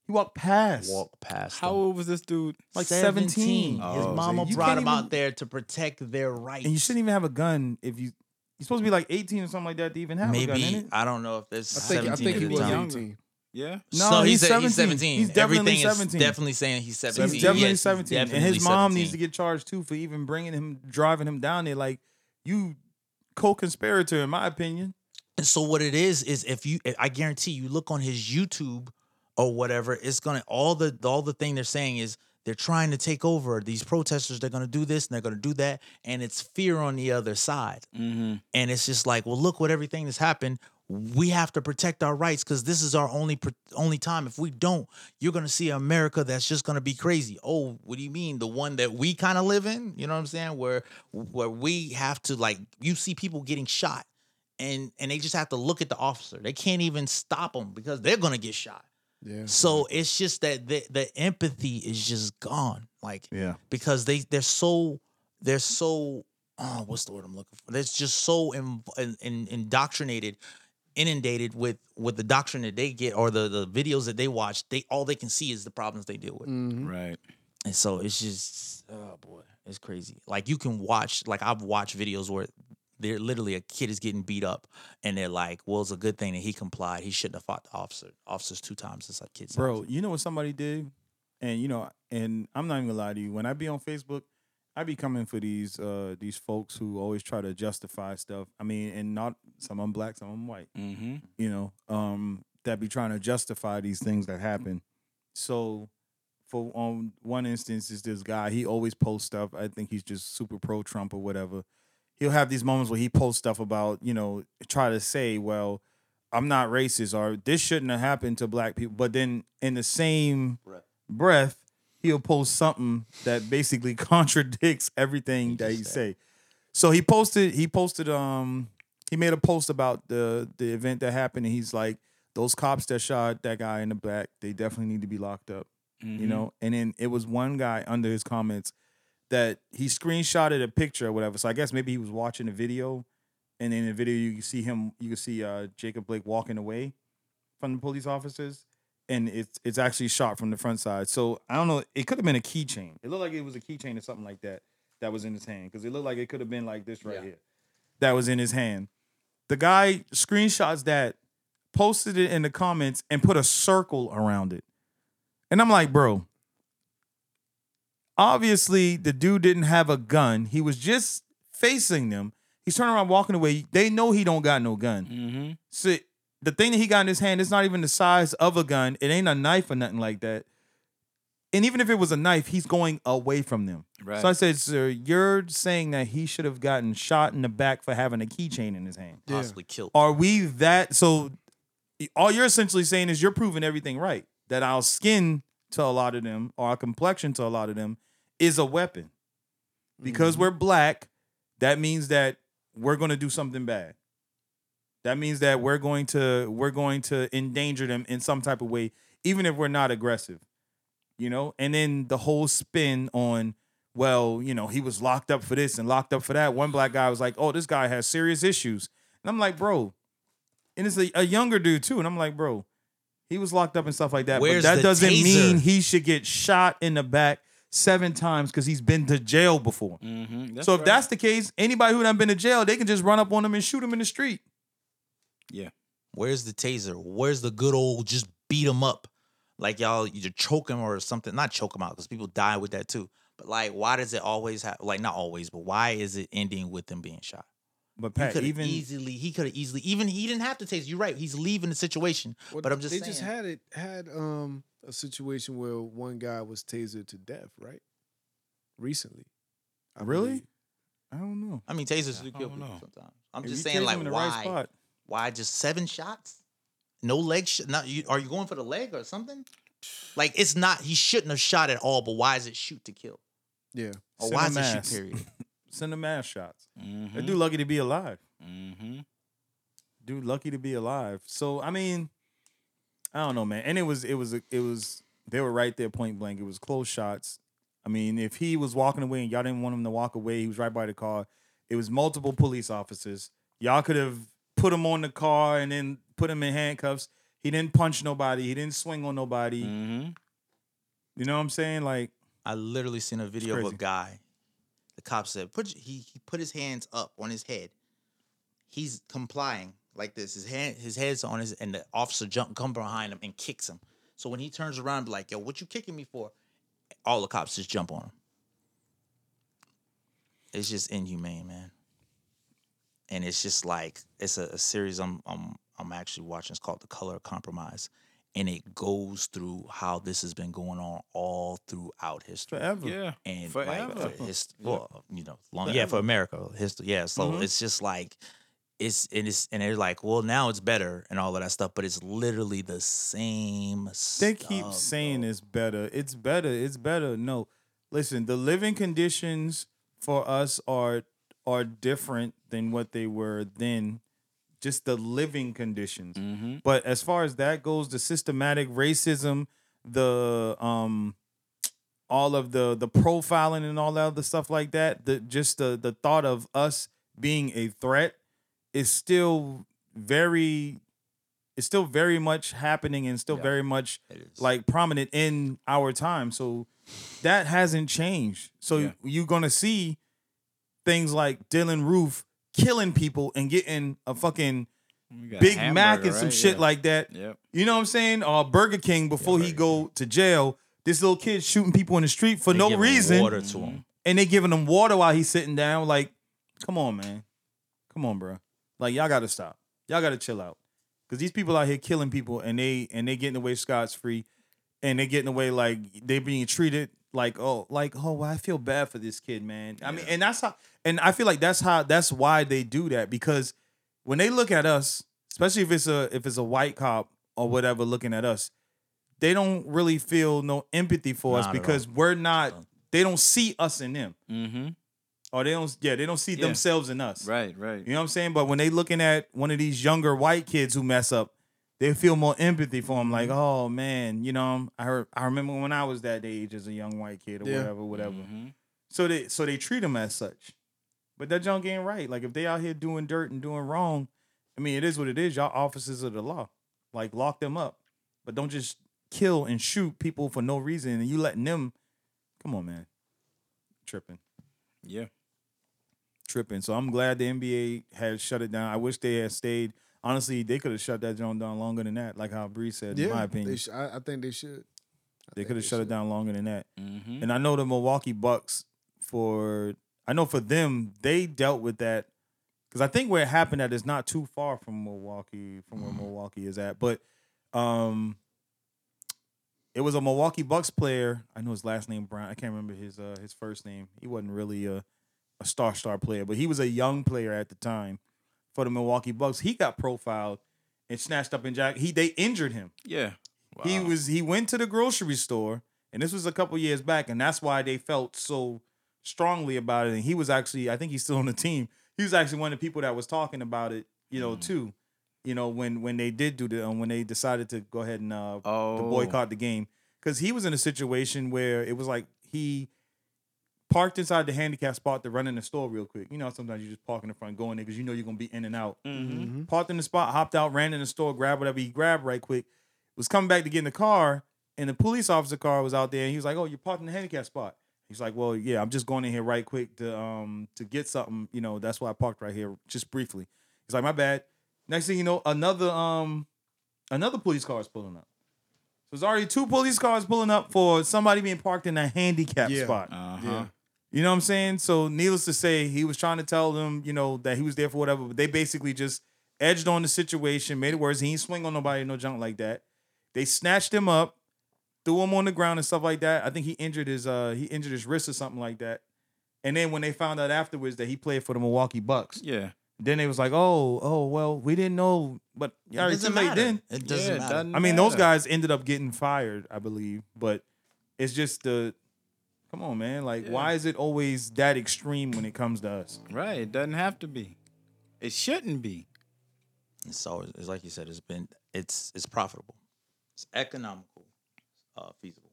He walked past.
walk past.
How
them.
old was this dude?
like 17.
His
Oh, so
mama
you
brought
can't
him
even-
out there to protect their rights.
And you shouldn't even have a gun if you. You're supposed to be like 18 or something like that to even have a gun.
Maybe
innit?
I don't know if there's
I think I
17
think
at
he
the
was
time.
young.
eighteen.
Yeah.
No,
so
he's
he's, said
17.
he's 17.
He's definitely
Everything
17.
is definitely saying he's 17.
He's definitely
Yes, he's
17. and
definitely
his mom
17.
needs to get charged too for even bringing him, driving him down there. Like, you co conspirator, in my opinion.
And so what it is is if you, eh, I guarantee you, look on his YouTube or whatever, it's gonna all the all the thing they're saying is they're trying to take over these protesters. They're gonna do this and they're gonna do that, and it's fear on the other side.
Mm-hmm.
And it's just like, well, look what everything that's happened. We have to protect our rights because this is our only pr- only time. If we don't, you're gonna see America that's just gonna be crazy. Oh, what do you mean? The one that we kind of live in? You know what I'm saying? Where where we have to like, you see people getting shot, and and they just have to look at the officer. They can't even stop them because they're gonna get shot.
Yeah.
So it's just that the the empathy is just gone. Like
Yeah.
because they they're so they're so oh, what's the word I'm looking for? They're just so in, in, in- indoctrinated, inundated with with the doctrine that they get or the the videos that they watch. They all they can see is the problems they deal with,
Mhm.
Right.
and so it's just oh boy, it's crazy. Like you can watch like I've watched videos where. They're literally a kid is getting beat up, and they're like, "Well, it's a good thing that he complied. He shouldn't have fought the officer. Officers two times inside kids."
Bro, you know what somebody did? And you know, and I'm not even gonna lie to you, when I be on Facebook, I be coming for these uh these folks who always try to justify stuff. I mean, and not some I'm black, some I'm white,
Mm-hmm.
you know, um, that be trying to justify these things that happen. So for on one instance is this guy, he always posts stuff. I think he's just super pro Trump or whatever. He'll have these moments where he posts stuff about, you know, try to say, well, I'm not racist or this shouldn't have happened to black people. But then in the same breath, he'll post something that basically contradicts everything that he say. So he posted he posted um he made a post about the the event that happened and he's like those cops that shot that guy in the back, they definitely need to be locked up
Mm-hmm.
you know and then it was one guy under his comments that he screenshotted a picture or whatever so i guess maybe he was watching a video and in the video you can see him you can see uh, jacob blake walking away from the police officers and it's it's actually shot from the front side so i don't know it could have been a keychain it looked like it was a keychain or something like that that was in his hand because it looked like it could have been like this right here that was in his hand the guy screenshots that posted it in the comments and put a circle around it and I'm like, bro, obviously the dude didn't have a gun. He was just facing them. He's turning around, walking away. They know he don't got no gun.
Mm-hmm.
So the thing that he got in his hand is not even the size of a gun. It ain't a knife or nothing like that. And even if it was a knife, he's going away from them.
Right.
So I said, sir, you're saying that he should have gotten shot in the back for having a keychain in his hand.
Yeah.
possibly killed.
Are we that so? All you're essentially saying is you're proving everything right. That our skin to a lot of them, or our complexion to a lot of them, is a weapon. Because we're black, that means that we're going to do something bad. That means that we're going to we're going to endanger them in some type of way, even if we're not aggressive. You know, and then the whole spin on, well, you know, he was locked up for this and locked up for that. One black guy was like, "Oh, this guy has serious issues." And I'm like, bro, and it's a, a younger dude too. And I'm like, bro, he was locked up and stuff like that.
Where's
but that
the
doesn't
taser?
mean he should get shot in the back seven times because he's been to jail before.
Mm-hmm.
so if that's the case, anybody who done been to jail, they can just run up on him and shoot him in the street.
Where's the taser? Where's the good old just beat him up? Like y'all, you just choke him or something. Not choke him out because people die with that too. But like, why does it always have like not always, but why is it ending with them being shot?
But
He
Pat,
could
even
even easily, he could have easily, even he didn't have to taser. You're right. He's leaving the situation.
Well,
But I'm just
they
saying.
just had it had um a situation where one guy was tasered to death, right? Recently. I
Really?
believe.
I don't know.
I mean, tasers do
I
kill
don't
people
know.
sometimes. I'm
If
just
you
saying,
tase
like,
him in the right
why?
spot,
why just seven shots? No leg. Sh- not you. Are you going for the leg or something? Like it's not. He shouldn't have shot at all. But why is it shoot to kill?
Yeah.
Or
Send
why
him
is it shoot
ass.
period?
send him ass shots.
mm-hmm.
That dude lucky to be alive.
Mm-hmm.
dude lucky to be alive so i mean i don't know man and it was it was it was they were right there point blank it was close shots i mean if he was walking away and y'all didn't want him to walk away he was right by the car it was multiple police officers y'all could have put him on the car and then put him in handcuffs he didn't punch nobody he didn't swing on nobody
Mm-hmm.
you know what i'm saying like
I literally seen a video of a
crazy.
guy. The cop said, "Put your- he he put his hands up on his head. He's complying. like this. His hand, his head's on his, and the officer jump come behind him and kicks him. So when he turns around, and be like, "Yo, what you kicking me for?" All the cops just jump on him. It's just inhumane, man. And it's just like it's a, a series I'm I'm I'm actually watching. It's called The Color of Compromise, and it goes through how this has been going on all throughout history
forever.
and
Forever.
like for his, well, um, you know, long, yeah, for America history, yeah. So
Mm-hmm.
it's just like it's and it's and they're like, well, now it's better and all of that stuff, but it's literally the same.
They keep saying it's better. It's better. It's better. No, listen. The living conditions for us are are different than what they were then. Just the living conditions.
Mm-hmm.
But as far as that goes, the systematic racism, the um, all of the the profiling and all that other stuff like that, the just the the thought of us being a threat is still very, it's still very much happening and still very much like prominent in our time. So that hasn't changed. So
Yeah.
you're gonna see things like Dylan Roof killing people and getting a fucking Big Mac and some shit like that.
Yep.
You know what I'm saying? Or Burger King before he
Burger
go to jail. This little kid shooting people in the street for no reason,
Water to him.
and they giving him water while he's sitting down. Like, come on, man, come on, bro. Like, y'all got to stop. Y'all got to chill out, because these people out here killing people, and they and they getting away scot free, and they getting away like they being treated like oh like oh well, I feel bad for this kid, man. I mean, and that's how, and I feel like that's how that's why they do that because when they look at us, especially if it's a if it's a white cop or whatever looking at us, they don't really feel no empathy for us
Not at all.
because we're not. They don't see us in them,
Mm-hmm.
or they don't. Yeah, they don't see
Yeah.
themselves in us.
Right. Right.
You know what I'm saying? But when they looking at one of these younger white kids who mess up, they feel more empathy for them. Like, oh man, you know, I heard, I remember when I was that age as a young white kid or
Yeah.
whatever, whatever.
Mhm.
So they so they treat them as such. But that junk ain't right. Like if they out here doing dirt and doing wrong, I mean it is what it is. Y'all officers of the law. Like lock them up. But don't just kill and shoot people for no reason and you letting them come on, man. Tripping.
Yeah.
Tripping. So I'm glad the NBA has shut it down. I wish they had stayed. Honestly, they could have shut that joint down longer than that, like how Bree said, in my opinion.
They sh- I, I think they should. I
they
think
could have shut it
should.
down longer than that.
Mm-hmm.
And I know the Milwaukee Bucks for I know for them they dealt with that because I think where it happened at is not too far from Milwaukee from where Milwaukee is at, but um, it was a Milwaukee Bucks player. I know his last name Brown. I can't remember his uh, his first name. He wasn't really a a star star player, but he was a young player at the time for the Milwaukee Bucks. He got profiled and snatched up in Jack. He they injured him.
Yeah.
He
Wow.
was he went to the grocery store, and this was a couple years back, and that's why they felt so strongly about it. And he was actually, I think he's still on the team. He was actually one of the people that was talking about it, you know, too. You know, when when they did do the um, when they decided to go ahead and uh,
Oh.
to boycott the game because he was in a situation where it was like he parked inside the handicap spot to run in the store real quick. You know, sometimes you just park in the front, go in there because you know you're gonna be in and out.
Mm-hmm.
Parked in the spot, hopped out, ran in the store, grabbed whatever he grabbed right quick. Was coming back to get in the car, and the police officer car was out there, and he was like, "Oh, you're parked in the handicap spot." He's like, "Well, yeah, I'm just going in here right quick to um to get something. You know, that's why I parked right here just briefly." He's like, "My bad." Next thing you know, another um another police car is pulling up. So it's already two police cars pulling up for somebody being parked in a handicap
Yeah.
spot.
Uh-huh.
Yeah.
You know what I'm saying? So needless to say, he was trying to tell them, you know, that he was there for whatever, but they basically just edged on the situation, made it worse. He ain't swing on nobody, no junk like that. They snatched him up, threw him on the ground and stuff like that. I think he injured his uh he injured his wrist or something like that. And then when they found out afterwards that he played for the Milwaukee Bucks,
Yeah.
then they was like, oh, oh, well, we didn't know, but
It
yeah, too
doesn't
late
matter.
then.
It doesn't
Yeah,
matter.
doesn't
I mean, those
matter.
guys ended up getting fired, I believe. But it's just the come on, man. Like,
Yeah.
why is it always that extreme when it comes to us?
Right. It doesn't have to be. It shouldn't be.
It's always it's like you said. It's been it's it's profitable. It's economical, uh, feasible.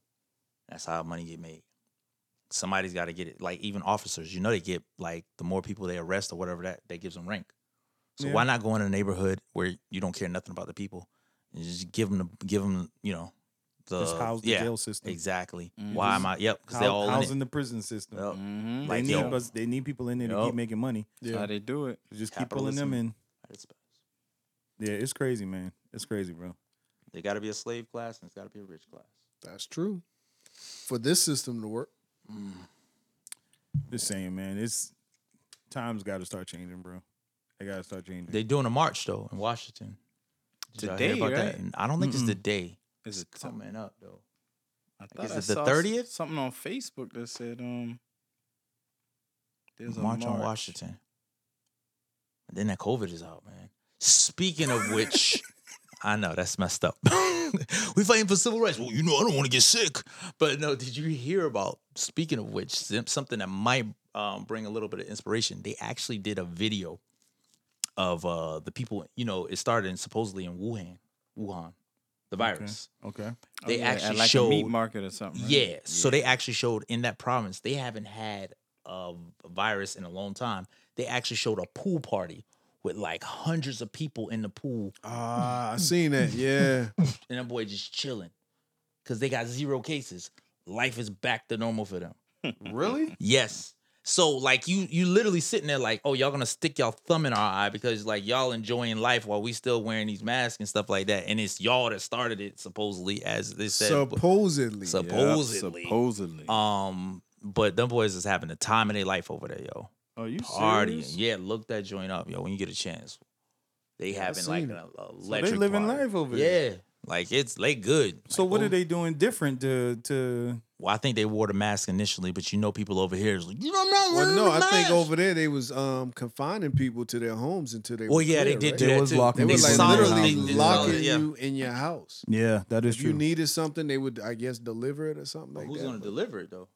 That's how money get made. Somebody's got to get it. Like even officers, you know, they get like the more people they arrest or whatever that that gives them rank. So
Yeah.
why not go in a neighborhood where you don't care nothing about the people and just give them the give them you know the
Just how's the
yeah
jail system?
exactly.
Mhm.
Why am I? Yep, because they
How,
all
how's
in
in
it.
the prison system?
Yep.
Mm-hmm.
They
Like
need
yo,
us. They need people in there to
Yup.
keep making money.
That's how they do it.
So just keep pulling them
Capitalism.
in.
it's-
Yeah, it's crazy, man. It's crazy, bro.
They got to be a slave class and it's got to be a rich class.
That's true. For this system to work,
Just saying, man. It's times got to start changing, bro. They got to start changing.
They doing a march though in Washington. Did y'all hear
Today,
that?
right?
And I don't think it's
Mm-mm.
the day.
Is it
Coming up though.
I
Like,
thought
is it the
saw
30th?
Something on Facebook that said um there's a
march on Washington. And then that COVID is out, man. Speaking of which, I know that's messed up. we fighting for civil rights. Well, you know, I don't want to get sick. But no, did you hear about? Speaking of which, some- something that might um, bring a little bit of inspiration. They actually did a video of uh, the people. You know, it started in, supposedly in Wuhan, Wuhan, the virus.
Okay.
They
Oh, yeah,
actually
at like a meat
showed
market or something. Right?
yeah. So they actually showed in that province they haven't had a virus in a long time. They actually showed a pool party with like hundreds of people in the pool,
ah, I seen that. Yeah,
and that boy just chilling because they got zero cases. Life is back to normal for them.
really?
Yes. So like you you literally sitting there like, oh, y'all gonna stick y'all thumb in our eye because like y'all enjoying life while we still wearing these masks and stuff like that. And it's y'all that started it supposedly as they said.
Supposedly,
Yup,
supposedly.
supposedly.
Um, but them boys is having the time of their life over there, yo.
Are Oh, you
Partying, yeah. Look that joint up, yo. When you get a chance, they having like
seen
an
it.
electric.
they living
party.
life over there.
yeah. Like it's they good.
So
Like,
what
oh,
are they doing different to to?
Well, I think they wore the mask initially, but you know, people over here is like, you don't know.
Well,
wearing
no,
the
I think
mask."
over there they was um confining people to their homes until they.
Well,
were
yeah, they
clear,
did
right?
do
They
that
was
too.
locking
They
They
were like
sold
solidly
literally
houses.
did-
locking
yeah.
you in your house.
Yeah, that is
If you needed something, they would, I guess, deliver it or something like
Who's
that.
gonna
but
deliver it though?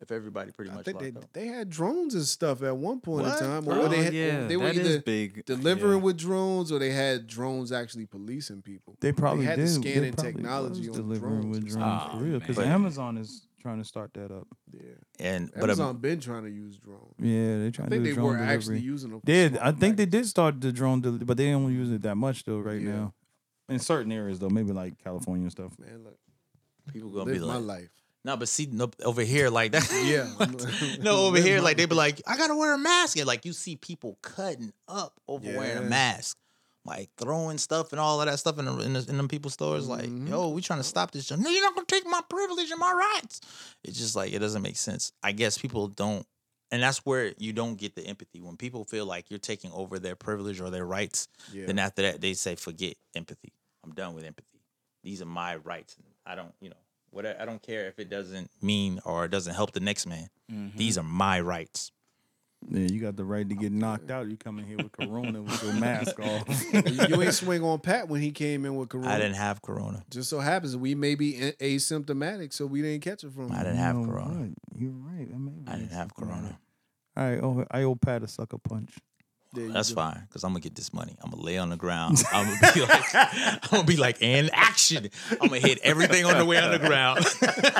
If everybody pretty
I
much
think they
locked up.
they had drones and stuff at one point
What?
in time,
Oh,
or they had,
yeah,
they were
That is
either
big.
delivering
yeah.
with drones or they had drones actually policing people.
They probably
had the
did.
scanning
They probably
technology
was
on
delivering
drones
with
and
drones
stuff.
for real, because
Ah, man.
Amazon is trying to start that up.
Yeah,
And but
Amazon
um,
been trying to use drones.
Yeah, they're trying to
I think
do
they
drone
were
delivery.
actually using them. for
Did
small
I think they did
packages.
start the drone, deli- but they don't use it that much though right
Yeah.
now. In certain areas though, maybe like California and stuff.
Man, look,
people gonna be
live my
like,
life.
No, but see, no, over here, like that.
Yeah.
no, over
Live
here,
my
like they be like, I gotta wear a mask, and like you see people cutting up over wearing a
Yeah.
mask, like throwing stuff and all of that stuff in the, in, the, in them people's stores. Like,
Mhm.
yo, we trying to stop this. junk. No, you're not gonna take my privilege and my rights. It's just like it doesn't make sense. I guess people don't, and that's where you don't get the empathy when people feel like you're taking over their privilege or their rights.
Yeah.
Then after that, they say, forget empathy. I'm done with empathy. These are my rights. And I don't, you know, what I don't care if it doesn't mean or it doesn't help the next man.
Mm-hmm.
These are my rights.
Yeah, you got the right to get knocked out. You coming here with corona with your mask off.
you ain't swing on Pat when he came in with corona.
I didn't have corona.
Just so happens we may be a- asymptomatic, so we didn't catch it from.
I
him.
didn't have
You know
corona.
what? You're right. I, mean,
I didn't have corona.
All right, oh, I owe Pat a sucker punch.
There you
That's
go.
fine, cause I'm gonna get this money. I'm gonna lay on the ground. I'm gonna be like, I'm gonna be like, and action. I'm gonna hit everything on the way on the ground.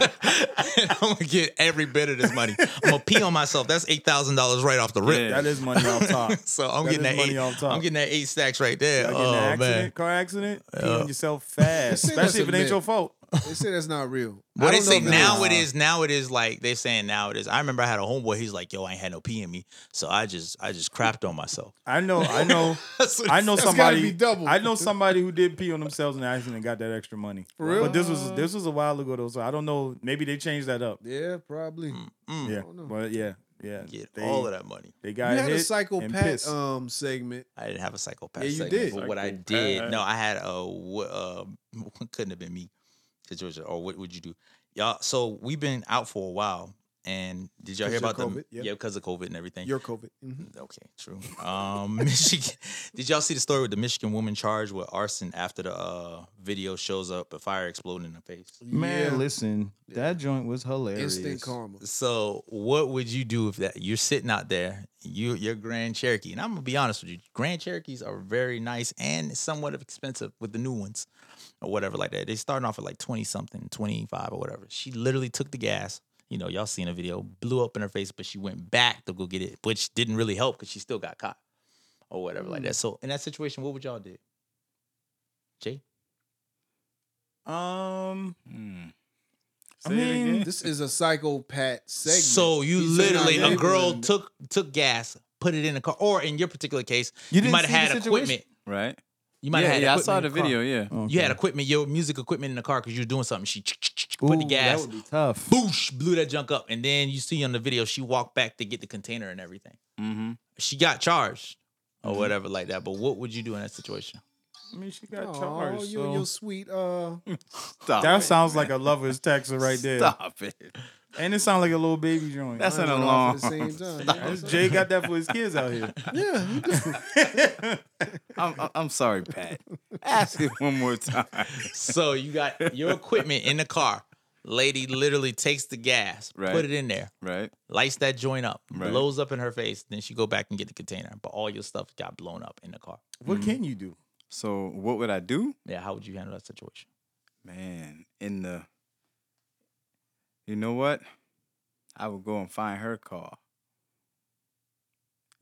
And I'm gonna get every bit of this money. I'm gonna pee on myself. That's eight thousand dollars right off the rip.
Yeah.
That is money off top.
so I'm
That
getting
is
that
money
eight.
off top.
I'm getting that eight stacks right there.
Y'all get in an
oh
accident,
man,
car accident,
Yeah.
pee on yourself fast,
They say that's
especially if it
a
ain't your
myth.
fault.
They say that's not real. I
What they
don't know
say
if it
now
is.
it is now it is like they saying now it is. I remember I had a homeboy. He's like, "Yo, I ain't had no pee in me, so I just I just crapped on myself."
I know, I know,
That's what
I
he
know
That's gotta be
somebody.
double.
I know somebody who did pee on themselves in an accident and got that extra money.
For real?
But this was this was a while ago though, so I don't know. Maybe they changed that up.
Yeah, probably.
said. Mm,
Yeah,
don't know.
but yeah, yeah.
Get
they,
all of that money.
They
You
got
had
hit
a
and
psychopath
pissed.
um segment.
I didn't have a psychopath.
Yeah, you
segment,
did.
But what I did, no, I had a wh- uh, couldn't have been me, because Georgia. Or what would you do, y'all? So we've been out for a while, and did y'all hear
'Cause of
about the
COVID, yeah.
yeah because of COVID and everything.
Your COVID. Mhm.
Mm-hmm. Okay, true. Um, Michigan. Did y'all see the story with the Michigan woman charged with arson after the uh, video shows up, a fire exploding in her face?
Man,
Yeah.
listen, that joint was hilarious.
instant karma.
So, what would you do if that you're sitting out there, you your Grand Cherokee, and I'm gonna be honest with you, Grand Cherokees are very nice and somewhat expensive with the new ones or whatever like that. They starting off at like twenty something, twenty five or whatever. She literally took the gas. You know, y'all seen a video, blew up in her face, but she went back to go get it, which didn't really help because she still got caught or whatever like that. So, in that situation, what would y'all do? Jay,
Um,
Mm.
I
Say it
mean,
again.
This is a psychopath segment.
so you
He's in our
literally a girl
neighborhood.
took took gas, put it in a car, or in your particular case,
You
you
didn't
might
see the
have had
situation?
equipment.
right.
You might
yeah,
have had
yeah I
equipment
saw
in
the
car.
video. Yeah.
You had equipment, your music equipment in the car because you were doing something. She put the
Ooh,
gas,
That would be tough.
boosh, blew that junk up. And then you see on the video, she walked back to get the container and everything.
Mm-hmm.
She got charged or whatever like that. But what would you do in that situation?
I mean, she got
Oh,
charged.
you
so-
and your sweet uh
Stop.
that
it.
sounds like a lover's taxer right there,
Stop it.
and it sounds like a little baby joint.
That's an
went off at the
alarm.
same time.
This Jay got that for his kids out here.
Yeah, you do.
I'm, I'm- I'm sorry, Pat. Ask it one more time.
so you got your equipment in the car. Lady literally takes the gas,
Right.
put it in there,
Right?
lights that joint up,
Right.
blows up in her face. Then she go back and get the container. But all your stuff got blown up in the car.
What can you do?
So what would I do?
Yeah, how would you handle that situation?
Man, in the you know what? I would go and find her car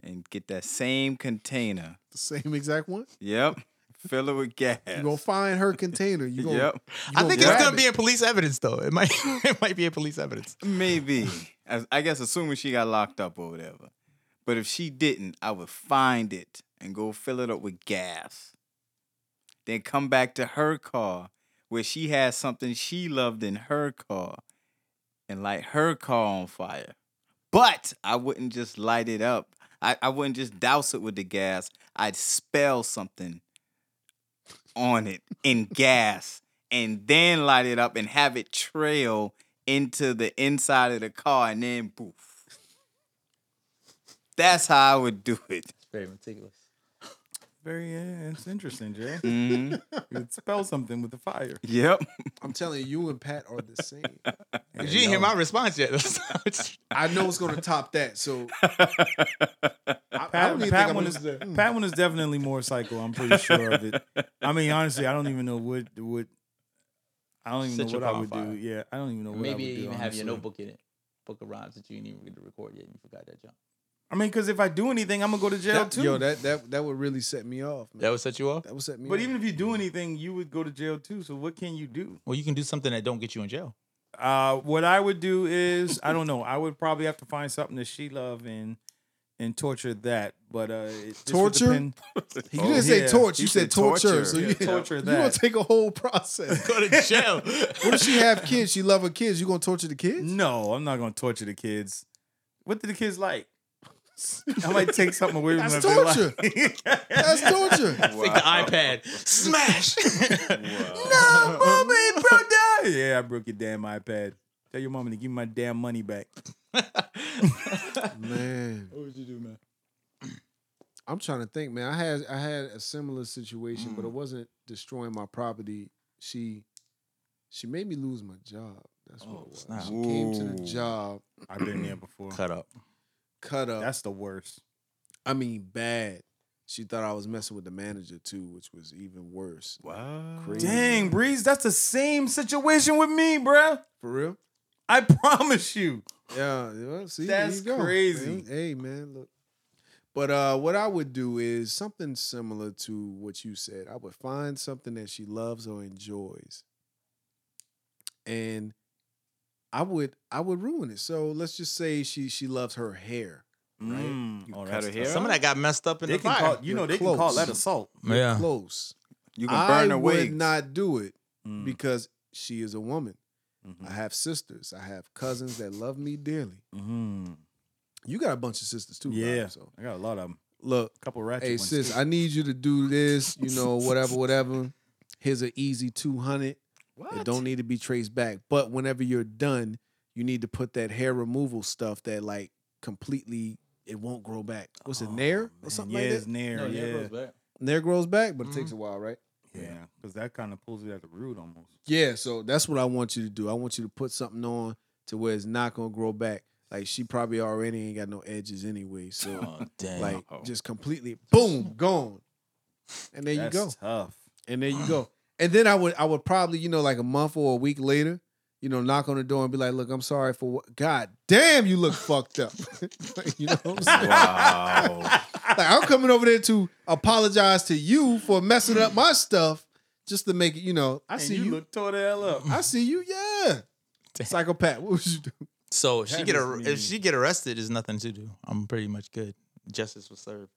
and get that same container.
the same exact one.
Yep. Fill it with gas.
You gonna find her container. You gonna.
Yep.
you
I
gonna
think it's
grab
gonna
it.
be in police evidence though. It might it might be in police evidence.
Maybe. As- I guess assuming she got locked up or whatever. But if she didn't, I would find it and go fill it up with gas. Then come back to her car where she had something she loved in her car and light her car on fire. But I wouldn't just light it up. I, I wouldn't just douse it with the gas. I'd spell something on it in gas and then light it up and have it trail into the inside of the car and then poof. That's how I would do it.
Very meticulous.
Very, uh, it's interesting, Jay. Mm-hmm.
Mhm.
You spell something with the fire.
Yep.
I'm telling you, you and Pat are the same.
You didn't hear my response yet.
I know it's gonna top that. So I, I
Pat,
don't even think
Pat
I'm Hmm.
one
gonna-
is Pat one is definitely more psycho. I'm pretty sure of it. I mean, honestly, I don't even know what what. I don't even
Set
know
your
what I
car on
would
fire.
do. Yeah, I don't even know what I would
Maybe
do.
even have
honestly.
your notebook in it. Book of rhymes that you didn't even get to record yet. You forgot that jump.
I mean, because if I do anything, I'm gonna go to jail
that,
too.
yo, that that that would really set me off. Man.
That would set you off?
That would set me.
but
off.
even if you do anything, you would go to jail too. So what can you do?
Well, you can do something that don't get you in jail.
Uh, what I would do is I don't know. I would probably have to find something that she loved and and torture that. But uh, it just would
Torture?
depend-
you
Oh,
didn't say
yeah.
torch, you
You
said
said
torture.
torture.
So
Yeah,
you
torture
You
that.
gonna take a whole process.
Go to jail.
What if she have kids? She love her kids. You gonna torture the kids?
No, I'm not gonna torture the kids. What do the kids like? I might take something away from them.
That's
if they like-
That's torture.
Take the iPad. Smash.
no, mommy, bro, no. Yeah, I broke your damn iPad. Tell your mommy to give me my damn money back.
man,
What would you do, man?
I'm trying to think, man. I had I had a similar situation, but it
Mm.
wasn't destroying my property. She she made me lose my job. That's
Oh,
what it was.
snap.
She came to the
Ooh.
job,
I've been there before.
Cut up.
cut up.
That's the worst.
I mean, bad. She thought I was messing with the manager too, which was even worse.
Wow.
Crazy.
Dang, Breeze, that's the same situation with me, bruh.
For real?
I promise you.
Yeah, well, see, there
That's
you go,
crazy.
man. Hey, man, look. But uh, what I would do is something similar to what you said. I would find something that she loves or enjoys, and I would I would ruin it. So let's just say she she loves her hair, right?
Mm. Oh,
Cut
that's
her
tough.
hair.
Some of that got messed up in
They
the
can
fire.
call, you know,
You're
they can call
close.
that assault.
yeah.
Close.
You gonna
I
burn her
would
wigs.
not do it
Mm.
because she is a woman.
Mhm.
I have sisters. I have cousins that love me dearly.
Mhm.
You got a bunch of sisters too. Rob,
Yeah.
so
I got a lot of them.
look,
A couple ratchet
hey
ones.
sis, I need you to do this. You know, whatever, whatever. Here's an easy two hundred. It don't need to be traced back. But whenever you're done, you need to put that hair removal stuff that like completely it won't grow back. What's it,
Oh,
Nair or
man.
something
yeah,
like
it's Mm-hmm.
that?
Nair, yeah.
Nair grows back, but it takes a while, right?
Yeah, because that kind of pulls it at the root almost.
Yeah, so that's what I want you to do. I want you to put something on to where it's not gonna grow back. Like she probably already ain't got no edges anyway. So
Oh, damn.
like
Oh.
just completely boom, gone. And there
That's
you go.
tough.
And there you go. And then I would I would probably, you know, like a month or a week later, you know, knock on the door and be like, look, I'm sorry for what God damn you look fucked up. you know what I'm saying?
Wow.
Like I'm coming over there to apologize to you for messing up my stuff just to make it, you know, I
And
see you,
look tore the hell up.
I see you, yeah. Psychopath, what would you do?
So if she
That
get
is
ar-
mean.
if she get arrested, there's nothing to do. I'm pretty much good. Justice was served.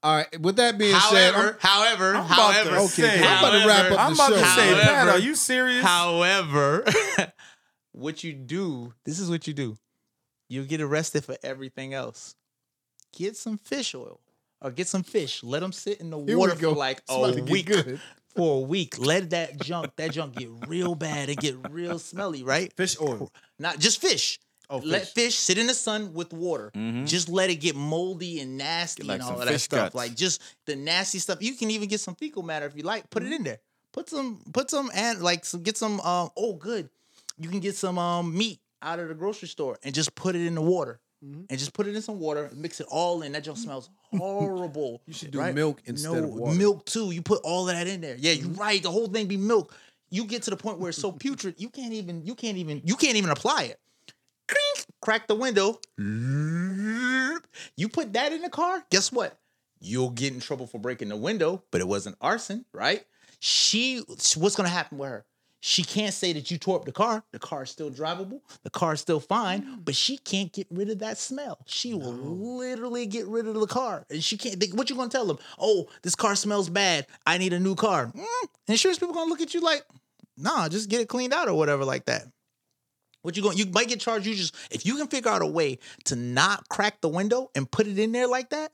All right. With that being said, I'm-
However, however,
I'm about to
however,
say-
I'm about to wrap
however-
up the
I'm about to
show.
say, Pat,
However-
are you serious?
However, what you do, this is what you do. You'll get arrested for everything else. Get some fish oil or get some fish. Let them sit in the
Here we
water
go.
for like
It's about to
a
get
week.
good.
For a week. Let that junk, that junk get real bad and get real smelly, right?
fish oil.
Not just fish.
Oh,
Let fish sit in the sun with water. Just let it get moldy and nasty
Mm-hmm. Get like
and
some
all of that
fish
stuff.
guts.
Like just the nasty stuff. You can even get some fecal matter if you like.
Mm-hmm.
Put it in there. Put some. Put some and like some, get some. Um. Oh, good. You can get some um meat out of the grocery store and just put it in the water.
Mm-hmm.
And just put it in some water, mix it all in. That junk smells horrible. you
should do milk instead of water. Mm-hmm.
Milk too. You put all of that in there. Yeah, you're right. The whole thing be milk. You get to the point where it's so putrid, you can't even, you can't even, you can't even apply it clink, crack the window. You put that in the car, guess what? You'll get in trouble for breaking the window, but it wasn't arson, right? She, what's gonna happen with her? She can't say that you tore up the car. The car's still drivable. The car's still fine, but she can't get rid of that smell. She will literally get rid of the car, and she can't. They, what you gonna tell them? Oh, this car smells bad. I need a new car. Mm, insurance people gonna look at you like, nah, just get it cleaned out or whatever like that. What you going? You might get charged. You just if you can figure out a way to not crack the window and put it in there like that,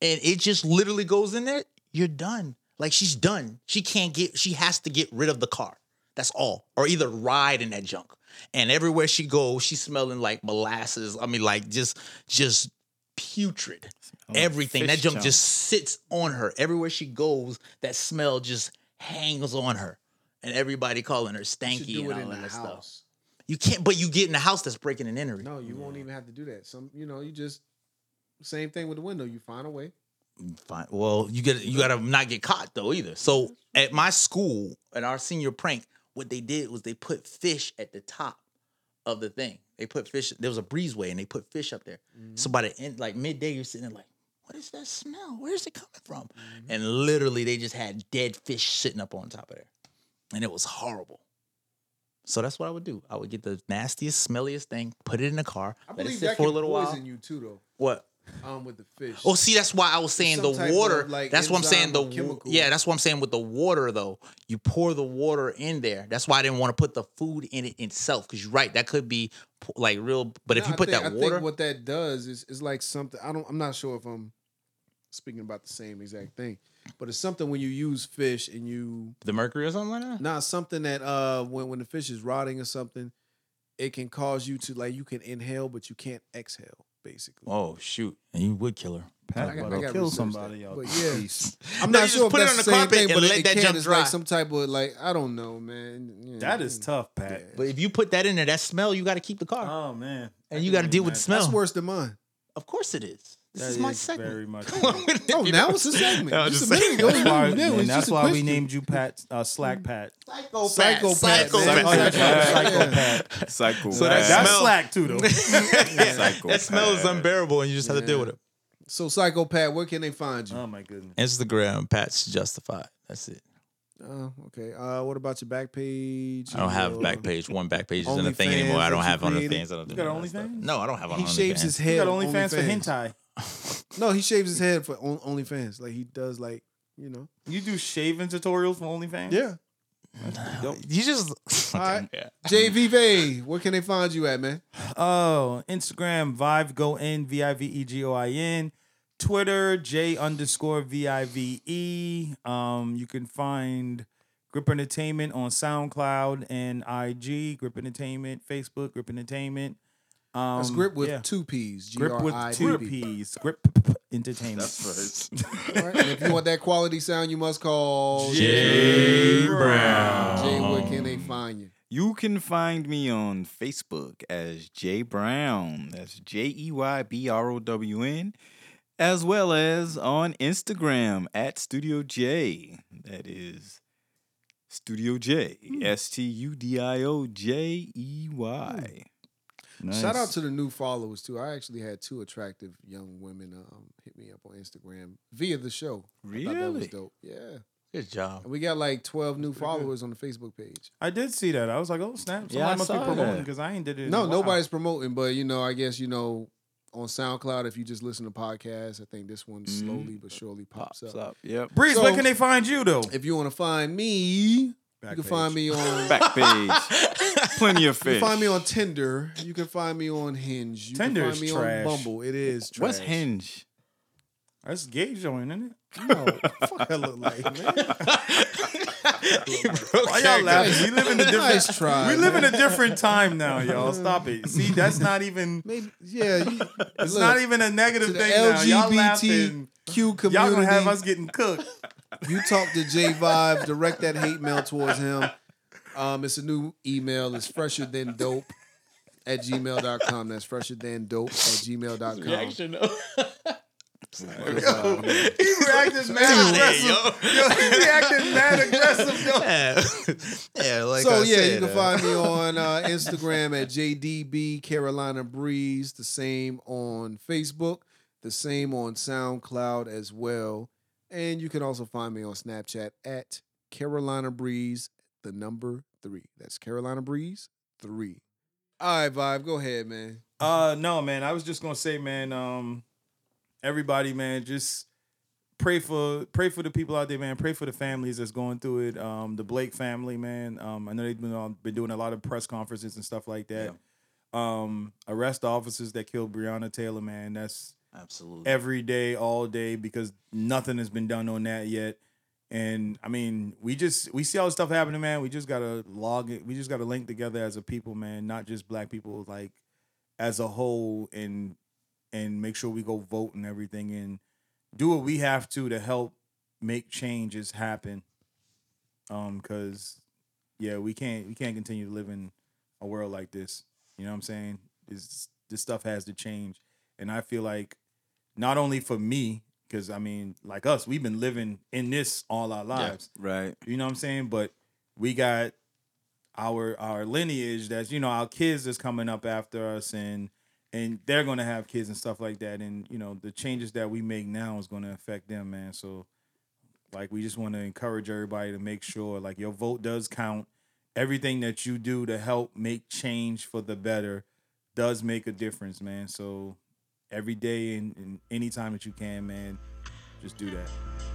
and it just literally goes in there, you're done. Like she's done. She can't get. She has to get rid of the car. That's all, or either ride in that junk. And everywhere she goes, she's smelling like molasses. I mean, like just just putrid. Everything that
fish
junk
junk.
just sits on her. Everywhere she goes, that smell just hangs on her. And everybody calling her
should
stanky
do
and
it in
all
the
that stuff.
house.
You can't, but you get in a house that's breaking and entering.
No, you won't even have to do that. Some, you know, you just same thing with the window. You find a way.
Fine. Well, you get you gotta not get caught though either. So at my school, at our senior prank, what they did was they put fish at the top of the thing. They put fish. There was a breezeway, and they put fish up there.
Mm-hmm.
So by the end, like midday, you're sitting there like, what is that smell? Where's it coming from?
Mm-hmm.
And literally, they just had dead fish sitting up on top of there, and it was horrible. So that's what I would do. I would get the nastiest, smelliest thing, put it in the car,
I
let it
believe
sit
that
for a
can
little
poison
while.
you too,
What?
though. Um, with the fish.
Oh, see, that's why I was saying the
some type
water.
of, like,
that's what I'm saying.
enzyme
The
or
wa-
chemical.
yeah, that's what I'm saying with the water though. You pour the water in there. That's why I didn't want to put the food in it itself. Because you're right, that could be p- like real. But if
No,
you
I
put
think-
that
I
water,
think what that does is is like something. I don't. I'm not sure if I'm speaking about the same exact thing, but it's something when you use fish and you
the mercury or something like that.
nah something that uh when when the fish is rotting or something, it can cause you to like you can inhale but you can't exhale basically.
Oh shoot! And you would kill her.
Pat
I got- I
about to
gotta
kill
research
somebody.
that.
y'all.
But yeah.
Peace.
I'm
No,
not
you
sure
just
if
put it
that's the
on the
same
carpet
thing,
and
but
let
it
that
can.
junk
it's
dry.
like some type of like I don't know, man. Yeah.
That is tough, Pat.
But if you put that in there, that smell, you got to keep the car,
Oh man, I
and you
can
got to
only
deal with the
imagine.
smell.
That's worse than mine.
Of course, it is. This
That
is my
is
segment.
very much-
Oh, now it's a segment.
I was
Just a minute
just
ago,
That's why,
you knew.
and
It's
that's
just a
why we
question.
named you Pat uh, Slack Pat.
Psychopath.
Psychopath, man.
Psychopath.
Oh, yeah,
Psychopath.
Psychopath.
Psycho.
So
Pat.
that
That's
smell-
Slack too though.
that smell is unbearable, and you just have to deal with it.
So, psychopath, where can they find you?
oh my goodness.
Instagram, Pat's Justified. That's it.
Oh, okay. Uh, what about your back page?
I don't have
Your-
back page. One back page isn't a thing
OnlyFans
anymore.
that
I don't
you
have other
created?
things. I don't
You
do
got
none of that
OnlyFans?
stuff. No, I don't have on
He
OnlyFans.
shaves his
You
head.
got
on
OnlyFans for hentai.
No, he shaves his head for on- OnlyFans. Like he does, like you know.
You do shaving tutorials for OnlyFans?
You just
All right.
Yeah.
JV Vay, where can they find you at, man?
Oh, Instagram Vive Go In V I V E G O I N. Twitter J underscore V I V E. Um, you can find Grip Entertainment on SoundCloud and IG. Grip Entertainment, Facebook. Grip Entertainment. Um,
That's grip with
yeah.
two P's. G
grip
R
with
I
two
P P.
P's. Grip p- p- Entertainment.
That's
All right. And if you want that quality sound, you must call
Jay
Jay, where can they find you?
You can find me on Facebook as Jay Brown. That's J E Y B R O W N. As well as on Instagram at Studio J. That is Studio J.
Hmm.
S T U D I O J E Y.
Shout out to the new followers too. I actually had two attractive young women um, hit me up on Instagram via the show. I thought that was
Really?
dope. Yeah,
Good job.
and we got like twelve new followers on the Facebook page.
I did see that. I was like, oh snap! Somebody
Yeah, I
must be
saw that.
promoting because I ain't did it. in a
No,
while.
nobody's promoting, but you know, I guess you know, on SoundCloud. If you just listen to podcasts, I think this one
Mm-hmm.
slowly but surely pops,
Pops
up.
up. Yep.
Breeze, where
So-
can they find you though?
If you want to find me, you
Back
can find me on.
Back page. Plenty of
You
fish.
can find me on Tinder. You can find me on Hinge. You
Tinder
can
is
find me
trash.
on Bumble. It is trash.
What's Hinge?
That's gay joint, isn't it?
No, fuck I look like man.
Why y'all laughing? We live in a different.
Nice try.
We live in
man.
a different time now, y'all. Stop it. See, that's not even.
Maybe yeah. You,
It's not even a negative
to the
thing now. Y'all laughing.
LGBTQ community.
Y'all gonna have us getting cooked.
you talk to J Vibe, direct that hate mail towards him. Um, it's a new email. It's fresher than dope at gmail.com. That's fresher than dope at gmail.com. Reaction.
He reacted mad aggressive. Yo, he reacted mad aggressive. Yo.
Yeah, yeah, like
so
I
yeah,
said,
you can
uh,
find me on uh, Instagram at JDB Carolina Breeze. The same on Facebook. The same on SoundCloud as well. And you can also find me on Snapchat at Carolina Breeze, the number three. That's Carolina Breeze three. All right, Vibe, go ahead, man.
Uh, no, man. I was just gonna say, man. Um, everybody, man, just pray for pray for the people out there, man. Pray for the families that's going through it. Um, the Blake family, man. Um, I know they've been on, been doing a lot of press conferences and stuff like that. Um, arrest the officers that killed Breonna Taylor, man. That's
absolutely.
every day, all day, because nothing has been done on that yet. And I mean, we just we see all this stuff happening, man. We just gotta log it. We just gotta link together as a people, man. Not just black people, like as a whole, and and make sure we go vote and everything, and do what we have to to help make changes happen. Um, cause yeah, we can't we can't continue to live in a world like this. You know what I'm saying? This this stuff has to change, and I feel like not only for me, because I mean, like us, we've been living in this all our lives.
Right.
You know what I'm saying? But we got our our lineage that's you know our kids is coming up after us and and they're gonna have kids and stuff like that and you know the changes that we make now is gonna affect them man so like we just want to encourage everybody to make sure like your vote does count everything that you do to help make change for the better does make a difference man so every day and, and anytime that you can man just do that